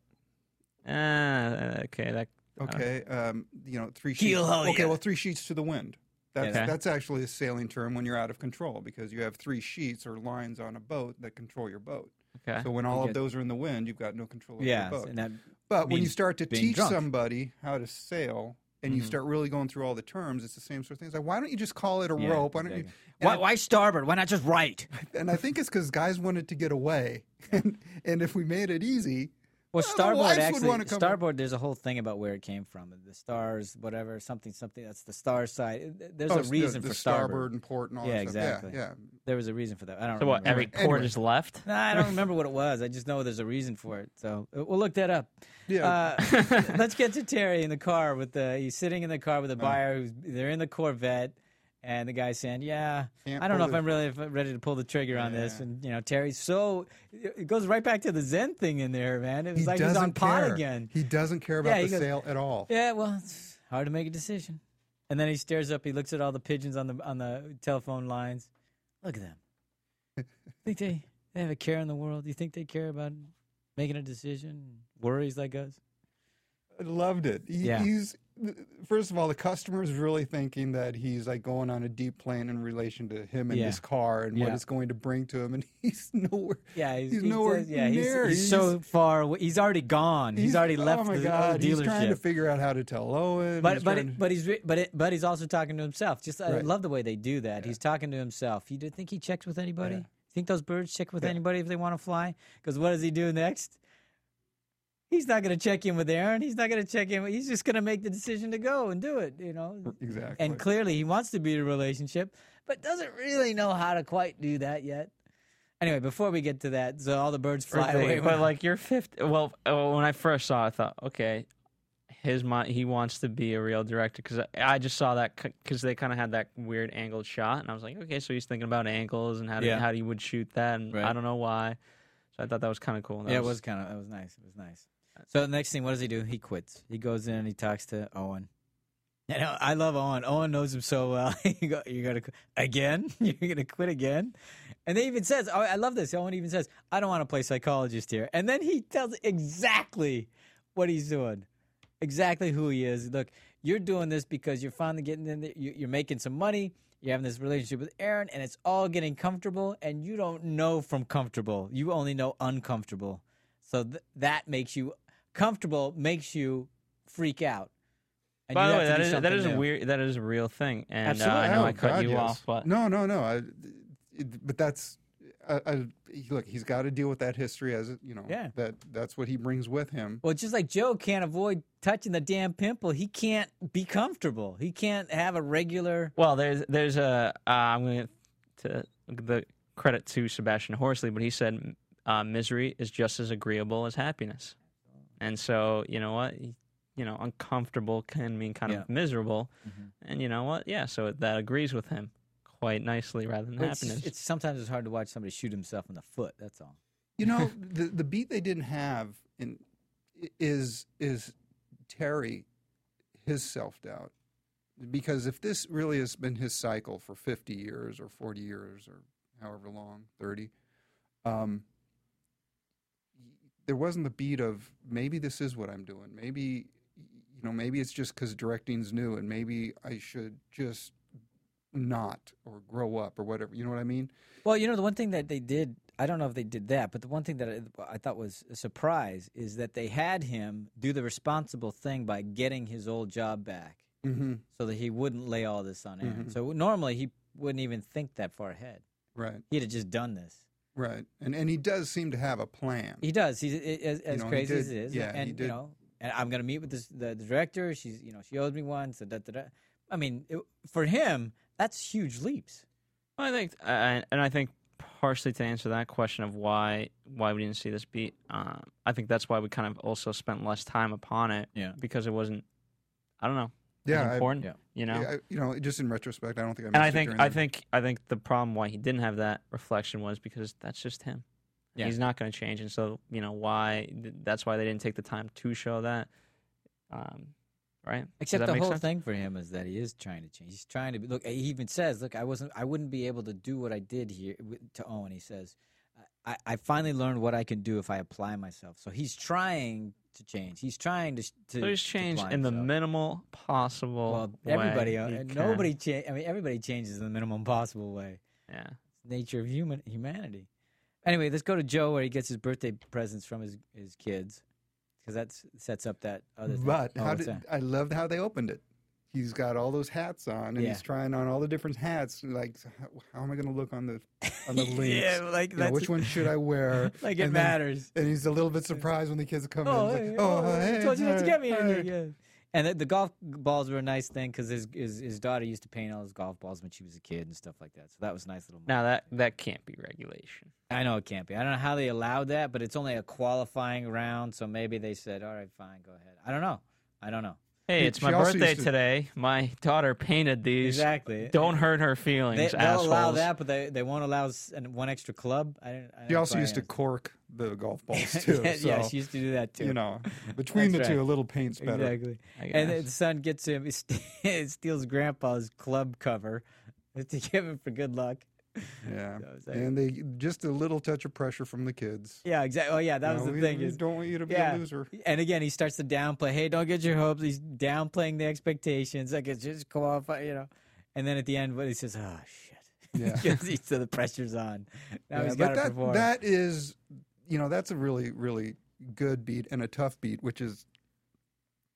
Speaker 2: Ah, okay, that
Speaker 1: Okay, um, you know, three
Speaker 3: Keel
Speaker 1: sheets.
Speaker 3: haul
Speaker 1: Okay,
Speaker 3: ya.
Speaker 1: well, three sheets to the wind. That's
Speaker 2: Okay.
Speaker 1: that's actually a sailing term when you're out of control because you have three sheets or lines on a boat that control your boat.
Speaker 2: okay.
Speaker 1: So when all of
Speaker 3: get-
Speaker 1: those are in the wind, you've got no control over
Speaker 3: Yeah,
Speaker 1: your boat.
Speaker 3: and that
Speaker 1: But when you
Speaker 3: means
Speaker 1: start to
Speaker 3: being
Speaker 1: teach
Speaker 3: drunk. Mm-hmm.
Speaker 1: somebody how to sail and you start really going through all the terms, it's the same sort of thing. It's like, why don't you just call it a
Speaker 3: Yeah,
Speaker 1: rope? Why don't
Speaker 3: exactly.
Speaker 1: you? And
Speaker 3: Why,
Speaker 1: I-
Speaker 3: why starboard? Why not just right?
Speaker 1: And I think it's because guys wanted to get away, and, and if we made it easy,
Speaker 3: Well,
Speaker 1: the
Speaker 3: starboard
Speaker 1: wives would
Speaker 3: actually.
Speaker 1: wanna come-
Speaker 3: Starboard. There's a whole thing about where it came from. The stars, whatever, something, something. That's the star side. There's
Speaker 1: oh,
Speaker 3: a
Speaker 1: the-
Speaker 3: reason
Speaker 1: the
Speaker 3: for
Speaker 1: starboard.
Speaker 3: starboard.
Speaker 1: and port and all
Speaker 3: Yeah,
Speaker 1: that
Speaker 3: exactly.
Speaker 1: stuff. Yeah, yeah.
Speaker 3: There was a reason for that. I don't.
Speaker 2: So what?
Speaker 3: remember.
Speaker 2: Every
Speaker 1: Right,
Speaker 2: port
Speaker 1: anyway.
Speaker 2: is left.
Speaker 3: Nah, I don't remember what it was. I just know there's a reason for it. So uh, we'll look that up.
Speaker 1: Yeah.
Speaker 3: Uh, let's get to Terry in the car with the. He's sitting in the car
Speaker 1: Uh-huh.
Speaker 3: with a buyer. Who's they're in the Corvette, and the guy's saying, "Yeah,
Speaker 1: Can't
Speaker 3: I don't know
Speaker 1: pull
Speaker 3: if
Speaker 1: the-
Speaker 3: I'm really if I'm ready to pull the trigger on this."
Speaker 1: Yeah.
Speaker 3: And you know, Terry's so it goes right back to the Zen thing in there, man. It was
Speaker 1: He
Speaker 3: like he's
Speaker 1: doesn't
Speaker 3: on pot
Speaker 1: care.
Speaker 3: again.
Speaker 1: He doesn't care about
Speaker 3: Yeah, he
Speaker 1: the
Speaker 3: goes-
Speaker 1: sale at all.
Speaker 3: Yeah, well, it's hard to make a decision. And then he stares up. He looks at all the pigeons on the on the telephone lines. Look at them. think they they have a care in the world? Do you think they care about making a decision? Worries like us.
Speaker 1: I loved it. He,
Speaker 3: Yeah.
Speaker 1: He's first of all, the customer's really thinking that he's like going on a deep plane in relation to him and
Speaker 3: Yeah.
Speaker 1: his car and what
Speaker 3: Yeah.
Speaker 1: it's going to bring to him, and he's nowhere.
Speaker 3: Yeah, he's,
Speaker 1: he's
Speaker 3: he
Speaker 1: nowhere
Speaker 3: says- yeah, he's,
Speaker 1: near.
Speaker 3: he's so far. Away. He's already gone. He's, already left
Speaker 1: Oh my
Speaker 3: the
Speaker 1: god!
Speaker 3: dealership.
Speaker 1: He's trying to figure out how to tell Owen.
Speaker 3: but
Speaker 1: he's
Speaker 3: but
Speaker 1: trying
Speaker 3: it,
Speaker 1: to-
Speaker 3: but he's re- but it, but he's also talking to himself. Just I
Speaker 1: Right.
Speaker 3: love the way they do that. He's talking to himself. You do think he checks with anybody? Think those birds check with anybody if they want to fly? Because what does he do next? He's not going to check in with Aaron. He's not going to check in. with- He's just going to make the decision to go and do it. You know.
Speaker 1: exactly.
Speaker 3: And clearly, he wants to be in a relationship, but doesn't really know how to quite do that yet. Anyway, before we get to that, so all the birds fly
Speaker 2: But-
Speaker 3: away.
Speaker 2: But like you're 50. Well, oh, when I first saw, it, I thought, okay, his mind. He wants to be a real director because I, I just saw that because they kind of had that weird angled shot, and I was like, okay, so he's thinking about angles and how to,
Speaker 3: Yeah.
Speaker 2: how he would shoot that, and I
Speaker 3: Right.
Speaker 2: don't know why. So I thought that was kind of cool. That
Speaker 3: Yeah, it was kind of that was nice. It was nice. So the next thing, what does he do? He quits. He goes in and he talks to Owen. And I I love Owen. Owen knows him so well. you go, you're gonna qu- again. You're gonna quit again. And they even says, oh, "I love this." Owen even says, "I don't want to play psychologist here." And then he tells exactly what he's doing, exactly who he is. Look, you're doing this because you're finally getting in. The, you, you're making some money. You're having this relationship with Aaron, and it's all getting comfortable. And you don't know from comfortable. You only know uncomfortable. So th- that makes you comfortable. Makes you freak out. And
Speaker 2: By the
Speaker 3: you have
Speaker 2: way,
Speaker 3: to
Speaker 2: that
Speaker 3: do
Speaker 2: is that
Speaker 3: something
Speaker 2: is a
Speaker 3: new.
Speaker 2: weird. That is a real thing, and uh,
Speaker 1: Absolutely.
Speaker 2: I know
Speaker 1: Oh,
Speaker 2: I cut
Speaker 1: God,
Speaker 2: you
Speaker 1: yes.
Speaker 2: off, but
Speaker 1: no, no, no. I, it, but that's uh, uh, look, he's got to deal with that history as it- you know.
Speaker 3: Yeah.
Speaker 1: That that's what he brings with him.
Speaker 3: Well, just like Joe can't avoid touching the damn pimple, he can't be comfortable. He can't have a regular.
Speaker 2: Well, there's there's a uh, I'm going to the credit to Sebastian Horsley, but he said uh, misery is just as agreeable as happiness, and so you know what, you know, uncomfortable can mean kind
Speaker 3: Yeah.
Speaker 2: of miserable, and you know what, yeah, so that agrees with him quite nicely rather than
Speaker 3: It's,
Speaker 2: happiness.
Speaker 3: it's sometimes it's hard to watch somebody shoot himself in the foot. That's all.
Speaker 1: You know, the the beat they didn't have in i- is is Terry his self doubt because if this really has been his cycle for fifty years or forty years or however long thirty, um, there wasn't the beat of maybe this is what I'm doing. Maybe you know, maybe it's just because directing's new, and maybe I should just not or grow up or whatever. You know what I mean?
Speaker 3: Well, you know, the one thing that they did, I don't know if they did that, but the one thing that I, I thought was a surprise is that they had him do the responsible thing by getting his old job back
Speaker 1: Mm-hmm.
Speaker 3: so that he wouldn't lay all this on Aaron.
Speaker 1: Mhm.
Speaker 3: So normally he wouldn't even think that far ahead.
Speaker 1: Right.
Speaker 3: He'd have just done this.
Speaker 1: Right, and and he does seem to have a plan.
Speaker 3: He does. He's i- as, as
Speaker 1: know, he
Speaker 3: crazy
Speaker 1: did-
Speaker 3: as it is.
Speaker 1: yeah, he
Speaker 3: and you
Speaker 1: did.
Speaker 3: know, and I'm gonna meet with this, the, the director. She's you know she owes me one. So da da da. I mean, it, for him, that's huge leaps.
Speaker 2: Well, I think, uh, and I think partially to answer that question of why why we didn't see this beat, uh, I think that's why we kind of also spent less time upon it.
Speaker 3: Yeah.
Speaker 2: Because it wasn't, I don't know, as
Speaker 1: Yeah, I-
Speaker 2: important.
Speaker 3: Yeah.
Speaker 2: You know.
Speaker 1: Yeah, I- you know, just in retrospect, I don't think I.
Speaker 2: and I
Speaker 1: missed it
Speaker 2: think
Speaker 1: during
Speaker 2: I
Speaker 1: the-
Speaker 2: think I think the problem why he didn't have that reflection was because that's just him.
Speaker 3: Yeah.
Speaker 2: He's not going to change, and so you know why. th- That's why they didn't take the time to show that, um, right? Does
Speaker 3: Except
Speaker 2: that
Speaker 3: the
Speaker 2: make
Speaker 3: whole
Speaker 2: sense?
Speaker 3: thing for him is that he is trying to change. He's trying to be, look. He even says, "Look, I wasn't. I wouldn't be able to do what I did here wi- to Owen." He says, I, "I finally learned what I can do if I apply myself." So he's trying to change. He's trying to. sh- to
Speaker 2: So he's
Speaker 3: to
Speaker 2: changed
Speaker 3: apply
Speaker 2: in the
Speaker 3: himself.
Speaker 2: minimal possible.
Speaker 3: Well,
Speaker 2: way
Speaker 3: everybody,
Speaker 2: he
Speaker 3: uh,
Speaker 2: can.
Speaker 3: nobody. Cha- I mean, everybody changes in the minimum possible way.
Speaker 2: Yeah.
Speaker 3: It's the nature of human humanity. Anyway, let's go to Joe where he gets his birthday presents from his his kids because that sets up that other. Thing.
Speaker 1: But
Speaker 3: Oh,
Speaker 1: how
Speaker 3: what's
Speaker 1: did
Speaker 3: that?
Speaker 1: I loved how they opened it? He's got all those hats on, and
Speaker 3: Yeah.
Speaker 1: he's trying on all the different hats. and Like, how, how am I going to look on the on the links?
Speaker 3: Yeah, like
Speaker 1: You know,
Speaker 3: that's
Speaker 1: which one should I wear?
Speaker 3: like it
Speaker 1: And then-
Speaker 3: matters.
Speaker 1: And he's a little bit surprised when the kids come
Speaker 3: Oh,
Speaker 1: in.
Speaker 3: hey,
Speaker 1: He's like,
Speaker 3: oh, I
Speaker 1: hey,
Speaker 3: told you not to
Speaker 1: hey,
Speaker 3: get me in here.
Speaker 1: hey."
Speaker 3: Yeah. And the, the golf balls were a nice thing because his, his his daughter used to paint all his golf balls when she was a kid and stuff like that. So that was a nice little. moment.
Speaker 2: Now that that can't be regulation.
Speaker 3: I know it can't be. I don't know how they allowed that, but it's only a qualifying round, so maybe they said, "All right, fine, go ahead." I don't know. I don't know
Speaker 2: Hey,
Speaker 1: Hey,
Speaker 2: it's
Speaker 1: she
Speaker 2: my
Speaker 1: also
Speaker 2: birthday
Speaker 1: used to-
Speaker 2: today. My daughter painted these.
Speaker 3: exactly.
Speaker 2: Don't hurt her feelings,
Speaker 3: They, they'll
Speaker 2: assholes.
Speaker 3: allow that, but they, they won't allow s- an- one extra club. I didn't. I
Speaker 1: She
Speaker 3: don't
Speaker 1: also
Speaker 3: quite
Speaker 1: used to
Speaker 3: understand.
Speaker 1: cork the golf balls too.
Speaker 3: yeah,
Speaker 1: so,
Speaker 3: yeah, she used to do that too.
Speaker 1: you know, between the
Speaker 3: That's
Speaker 1: two,
Speaker 3: right.
Speaker 1: a little paint's better.
Speaker 3: Exactly.
Speaker 2: I
Speaker 3: And
Speaker 2: guess.
Speaker 3: the son gets him, he st- steals grandpa's club cover to give him for good luck.
Speaker 1: Yeah,
Speaker 3: So it's like-
Speaker 1: and they just a little touch of pressure from the kids.
Speaker 3: Yeah, exactly. Oh, yeah, that
Speaker 1: You
Speaker 3: was
Speaker 1: know,
Speaker 3: the
Speaker 1: we-
Speaker 3: thing.
Speaker 1: We
Speaker 3: Is,
Speaker 1: don't want you to be
Speaker 3: yeah.
Speaker 1: a loser.
Speaker 3: And again, he starts to downplay. Hey, don't get your hopes. He's downplaying the expectations. Like it's just qualify, you know. And then at the end, what he says, oh shit,
Speaker 1: Yeah.
Speaker 3: because he's so the pressure's on. Now
Speaker 1: Yeah,
Speaker 3: he's got
Speaker 1: but
Speaker 3: to
Speaker 1: that,
Speaker 3: perform.
Speaker 1: that is, you know, that's a really, really good beat and a tough beat, which is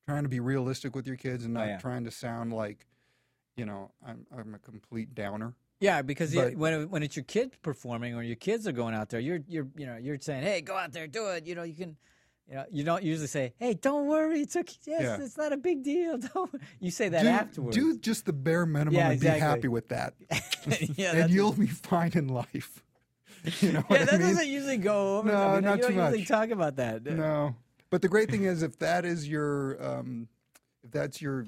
Speaker 1: trying to be realistic with your kids and
Speaker 3: Oh,
Speaker 1: not
Speaker 3: yeah.
Speaker 1: trying to sound like, you know, I'm I'm a complete downer.
Speaker 3: yeah, because you-
Speaker 1: but-
Speaker 3: when it- when it's your kid performing or your kids are going out there, you're you're you know you're saying, hey, go out there, do it. You know, you can. You know, you don't usually say, "Hey, don't worry, it's okay. Yes,
Speaker 1: Yeah.
Speaker 3: it's not a big deal." Don't. wor-" You say that
Speaker 1: do,
Speaker 3: afterwards.
Speaker 1: do just the bare minimum
Speaker 3: Yeah,
Speaker 1: and
Speaker 3: exactly.
Speaker 1: be happy with that,
Speaker 3: yeah,
Speaker 1: and
Speaker 3: that's-
Speaker 1: you'll be fine in life. You know
Speaker 3: yeah,
Speaker 1: what
Speaker 3: that
Speaker 1: I mean?
Speaker 3: doesn't usually go over.
Speaker 1: No,
Speaker 3: I mean,
Speaker 1: not
Speaker 3: you don't
Speaker 1: too
Speaker 3: usually
Speaker 1: much.
Speaker 3: talk about that.
Speaker 1: No, but the great thing is if that is your, um, if that's your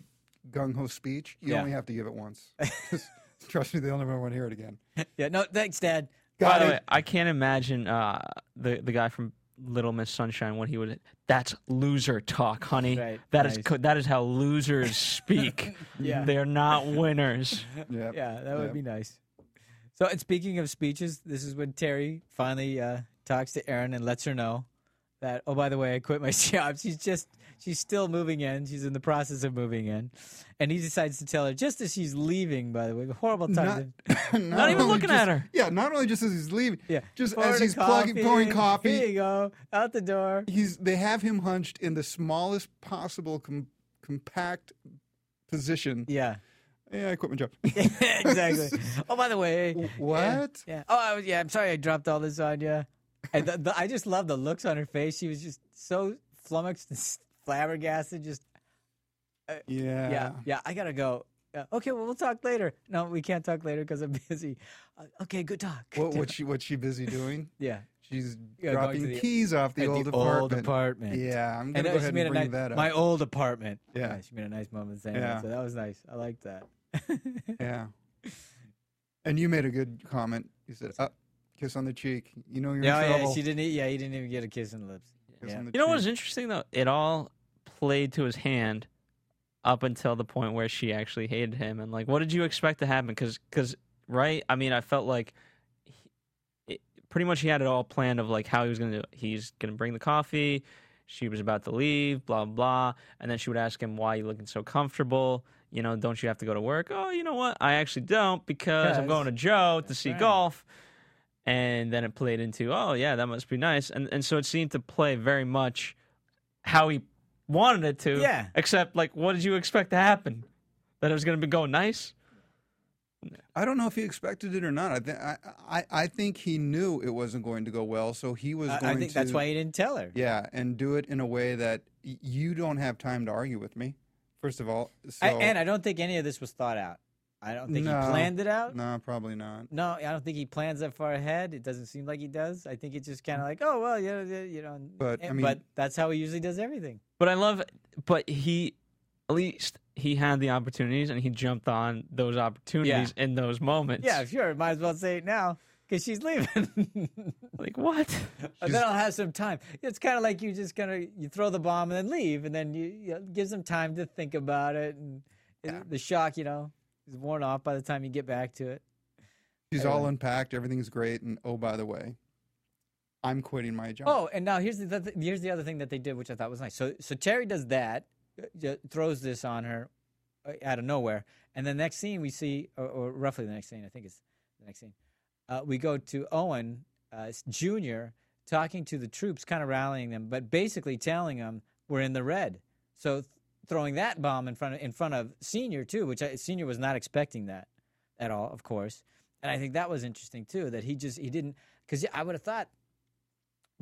Speaker 1: gung ho speech, you
Speaker 3: Yeah.
Speaker 1: only have to give it once. Just Trust me, they'll never want to hear it again.
Speaker 3: Yeah, no, thanks, Dad.
Speaker 2: By
Speaker 1: Got
Speaker 2: the
Speaker 1: it.
Speaker 2: way, I can't imagine uh, the the guy from Little Miss Sunshine what he would. That's loser talk, honey.
Speaker 3: Right,
Speaker 2: That is
Speaker 3: nice.
Speaker 2: co- that is how losers speak.
Speaker 3: Yeah.
Speaker 2: they're not winners.
Speaker 1: Yep.
Speaker 3: Yeah, Uh, that would
Speaker 1: Yep.
Speaker 3: be nice. So, and speaking of speeches, this is when Terry finally uh, talks to Erin and lets her know that, oh, by the way, I quit my job. She's just, she's still moving in. She's in the process of moving in. And he decides to tell her just as she's leaving, by the way, horrible time. to-
Speaker 1: not,
Speaker 2: even
Speaker 1: only
Speaker 2: looking
Speaker 1: just-
Speaker 2: at her.
Speaker 1: Yeah, not only just as he's leaving,
Speaker 3: yeah.
Speaker 1: just
Speaker 3: pour her
Speaker 1: as
Speaker 3: the
Speaker 1: he's plugging, pouring
Speaker 3: Here you
Speaker 1: coffee,
Speaker 3: go. Out the door.
Speaker 1: he's they have him hunched in the smallest possible com- compact position,
Speaker 3: Yeah.
Speaker 1: Yeah, I quit my job.
Speaker 3: exactly. Oh, by the way, yeah,
Speaker 1: what?
Speaker 3: Yeah. Oh, I was, yeah. I'm sorry, I dropped all this on you. And the, the, I just love the looks on her face. She was just so flummoxed and s- flabbergasted. Just
Speaker 1: Yeah.
Speaker 3: yeah, yeah. I gotta go. Uh, okay, well, we'll talk later. No, we can't talk later because I'm busy. Uh, okay, good talk.
Speaker 1: What, what's she? What's she busy doing?
Speaker 3: yeah,
Speaker 1: She's
Speaker 3: Yeah, going
Speaker 1: dropping
Speaker 3: to the-
Speaker 1: keys off the,
Speaker 3: at
Speaker 1: old,
Speaker 3: the
Speaker 1: apartment.
Speaker 3: old apartment.
Speaker 1: Yeah, I'm gonna
Speaker 3: uh,
Speaker 1: go ahead and bring
Speaker 3: nice,
Speaker 1: that up.
Speaker 3: my old apartment.
Speaker 1: Yeah.
Speaker 3: she made a nice moment saying
Speaker 1: Yeah.
Speaker 3: that. So that was nice. I like that.
Speaker 1: yeah. And you made a good comment. You said, "Up, kiss on the cheek." You know you're
Speaker 3: Yeah,
Speaker 1: in
Speaker 3: oh,
Speaker 1: trouble.
Speaker 3: yeah. She didn't. e- Yeah, he didn't even get a kiss on the lips.
Speaker 1: Kiss
Speaker 3: yeah.
Speaker 1: on the
Speaker 2: You know what was
Speaker 1: cheek.
Speaker 2: interesting though? It all played to his hand up until the point where she actually hated him. And like, what did you expect to happen? Because, right? I mean, I felt like he, it, pretty much he had it all planned of like how he was gonna do. It. He's gonna bring the coffee. She was about to leave. Blah blah. And then she would ask him, "Why are you looking so comfortable? You know, don't you have to go to work? Oh, you know what? I actually don't because I'm
Speaker 3: Because-
Speaker 2: going to Joe to
Speaker 3: That's
Speaker 2: see
Speaker 3: right.
Speaker 2: golf." and then it played into oh yeah that must be nice and and so it seemed to play very much how he wanted it to
Speaker 3: Yeah.
Speaker 2: except like what did you expect to happen that it was going to be going nice
Speaker 1: I don't know if he expected it or not. I, th- I, I, I think he knew it wasn't going to go well, so he was.
Speaker 3: I, I
Speaker 1: going
Speaker 3: think
Speaker 1: to,
Speaker 3: that's why he didn't tell her.
Speaker 1: Yeah, and do it in a way that y- you don't have time to argue with me. First of all, so
Speaker 3: I, and I don't think any of this was thought out. I don't think
Speaker 1: No.
Speaker 3: he planned it out.
Speaker 1: no, probably not.
Speaker 3: No, I don't think he plans that far ahead. It doesn't seem like he does. I think it's just kind of like, oh well, yeah, yeah, you know. and-
Speaker 1: But, I
Speaker 3: and-
Speaker 1: mean-
Speaker 3: but that's how he usually does everything.
Speaker 2: but i love but he at least he had the opportunities and he jumped on those opportunities in those moments
Speaker 3: Yeah, sure. Might as well say it now because she's leaving. and
Speaker 2: like what
Speaker 3: then I'll have some time. It's kind of like you just gonna you throw the bomb and then leave, and then you, you know, gives them time to think about it, and it- the shock, you know, is worn off by the time you get back to it.
Speaker 1: She's all unpacked. Everything's great. And oh, by the way, I'm quitting my job.
Speaker 3: Oh, and now here's the, the here's the other thing that they did, which I thought was nice. So so Terry does that, uh, ju- throws this on her uh, out of nowhere, and the next scene we see, or, or roughly the next scene, I think it's the next scene. Uh, we go to Owen uh, s- Jr. talking to the troops, kind of rallying them, but basically telling them we're in the red. So th- throwing that bomb in front of, in front of Senior too, which I, Senior was not expecting that at all, of course. And I think that was interesting too, that he just he didn't because I would have thought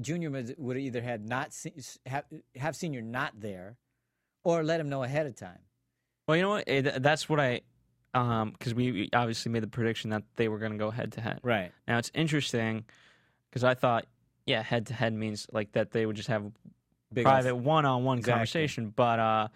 Speaker 3: Junior was- would have either had not se- s- have, have Senior not there, or let him know ahead of time.
Speaker 2: well you know what Eh, th- that's what i um because we, we obviously made the prediction that they were going to go head to head
Speaker 3: Right.
Speaker 2: Now it's interesting because I thought, yeah, head to head means like that they would just have
Speaker 3: Big old-
Speaker 2: private one on one
Speaker 3: Exactly.
Speaker 2: conversation. But uh,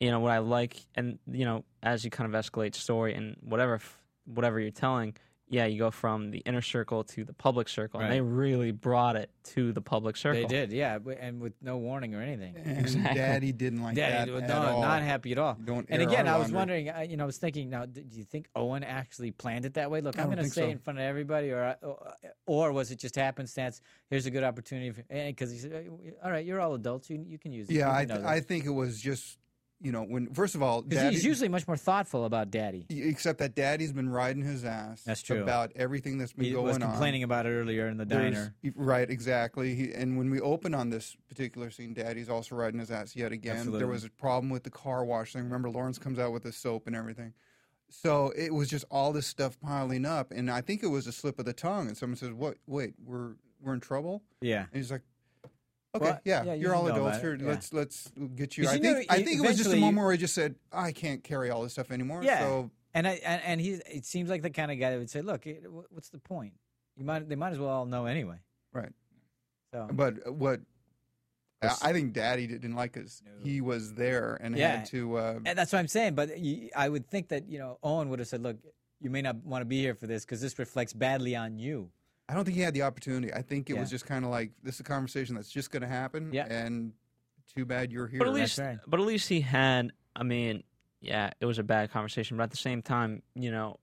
Speaker 2: you know what I like, and you know as you kind of escalate story and whatever f- whatever you're telling, yeah, you go from the inner circle to the public circle, and
Speaker 3: Right.
Speaker 2: they really brought it to the public circle.
Speaker 3: They did, yeah, w- and with no warning or anything.
Speaker 1: and Daddy didn't like
Speaker 3: Yeah,
Speaker 1: that
Speaker 3: no,
Speaker 1: Eh, at all.
Speaker 3: not happy at all.
Speaker 1: You don't
Speaker 3: and
Speaker 1: air
Speaker 3: again,
Speaker 1: our
Speaker 3: I was
Speaker 1: laundry.
Speaker 3: wondering, I, you know, I was thinking, now, d- do you think Owen actually planned it that way? Look,
Speaker 1: I
Speaker 3: I'm
Speaker 1: don't
Speaker 3: going to
Speaker 1: think
Speaker 3: say
Speaker 1: so.
Speaker 3: in front of everybody, or I- or- or was it just happenstance? Here's a good opportunity, because he said, "All right, you're all adults, you, you can use it."
Speaker 1: Yeah, I,
Speaker 3: because
Speaker 1: I think it was just you know when first of all, daddy,
Speaker 3: he's usually much more thoughtful about Daddy.
Speaker 1: except that daddy's been riding his ass.
Speaker 3: That's true.
Speaker 1: about everything that's been
Speaker 3: He
Speaker 1: going
Speaker 3: was
Speaker 1: on.
Speaker 3: complaining about it earlier in the
Speaker 1: There's-
Speaker 3: diner.
Speaker 1: Right, exactly. He, and when we open on this particular scene, Daddy's also riding his ass yet again.
Speaker 3: Absolutely.
Speaker 1: There was a problem with the car wash thing. Remember, Lawrence comes out with the soap and everything. So it was just all this stuff piling up, and I think it was a slip of the tongue. And someone says, "What? Wait, we're we're in trouble?"
Speaker 3: Yeah.
Speaker 1: And he's like, "Okay,
Speaker 3: Well,
Speaker 1: yeah,
Speaker 3: yeah, you
Speaker 1: you're all
Speaker 3: know
Speaker 1: adults
Speaker 3: about
Speaker 1: here.
Speaker 3: it, yeah.
Speaker 1: Let's let's get you."
Speaker 3: But
Speaker 1: I
Speaker 3: you
Speaker 1: think
Speaker 3: know,
Speaker 1: I
Speaker 3: e-
Speaker 1: think it was just a
Speaker 3: eventually-
Speaker 1: moment where I just said, "I can't carry all this stuff anymore."
Speaker 3: Yeah.
Speaker 1: So
Speaker 3: And I and, and he's it seems like the kind of guy that would say, "Look, it, wh- what's the point? You might they might as well all know anyway."
Speaker 1: right,
Speaker 3: So
Speaker 1: but uh, what? I
Speaker 3: Us-
Speaker 1: I think Daddy didn't like us. He was there and
Speaker 3: Yeah.
Speaker 1: had to. Uh,
Speaker 3: and that's what I'm saying. But y I I would think that you know Owen would have said, "Look, you may not want to be here for this because this reflects badly on you."
Speaker 1: I don't think he had the opportunity. I think it was
Speaker 3: Yeah.
Speaker 1: just kind of like this is a conversation that's just going to happen.
Speaker 3: Yeah.
Speaker 1: And too bad you're here.
Speaker 2: But at least,
Speaker 3: right.
Speaker 2: but at least he had. I mean, yeah, it was a bad conversation, but at the same time, you know,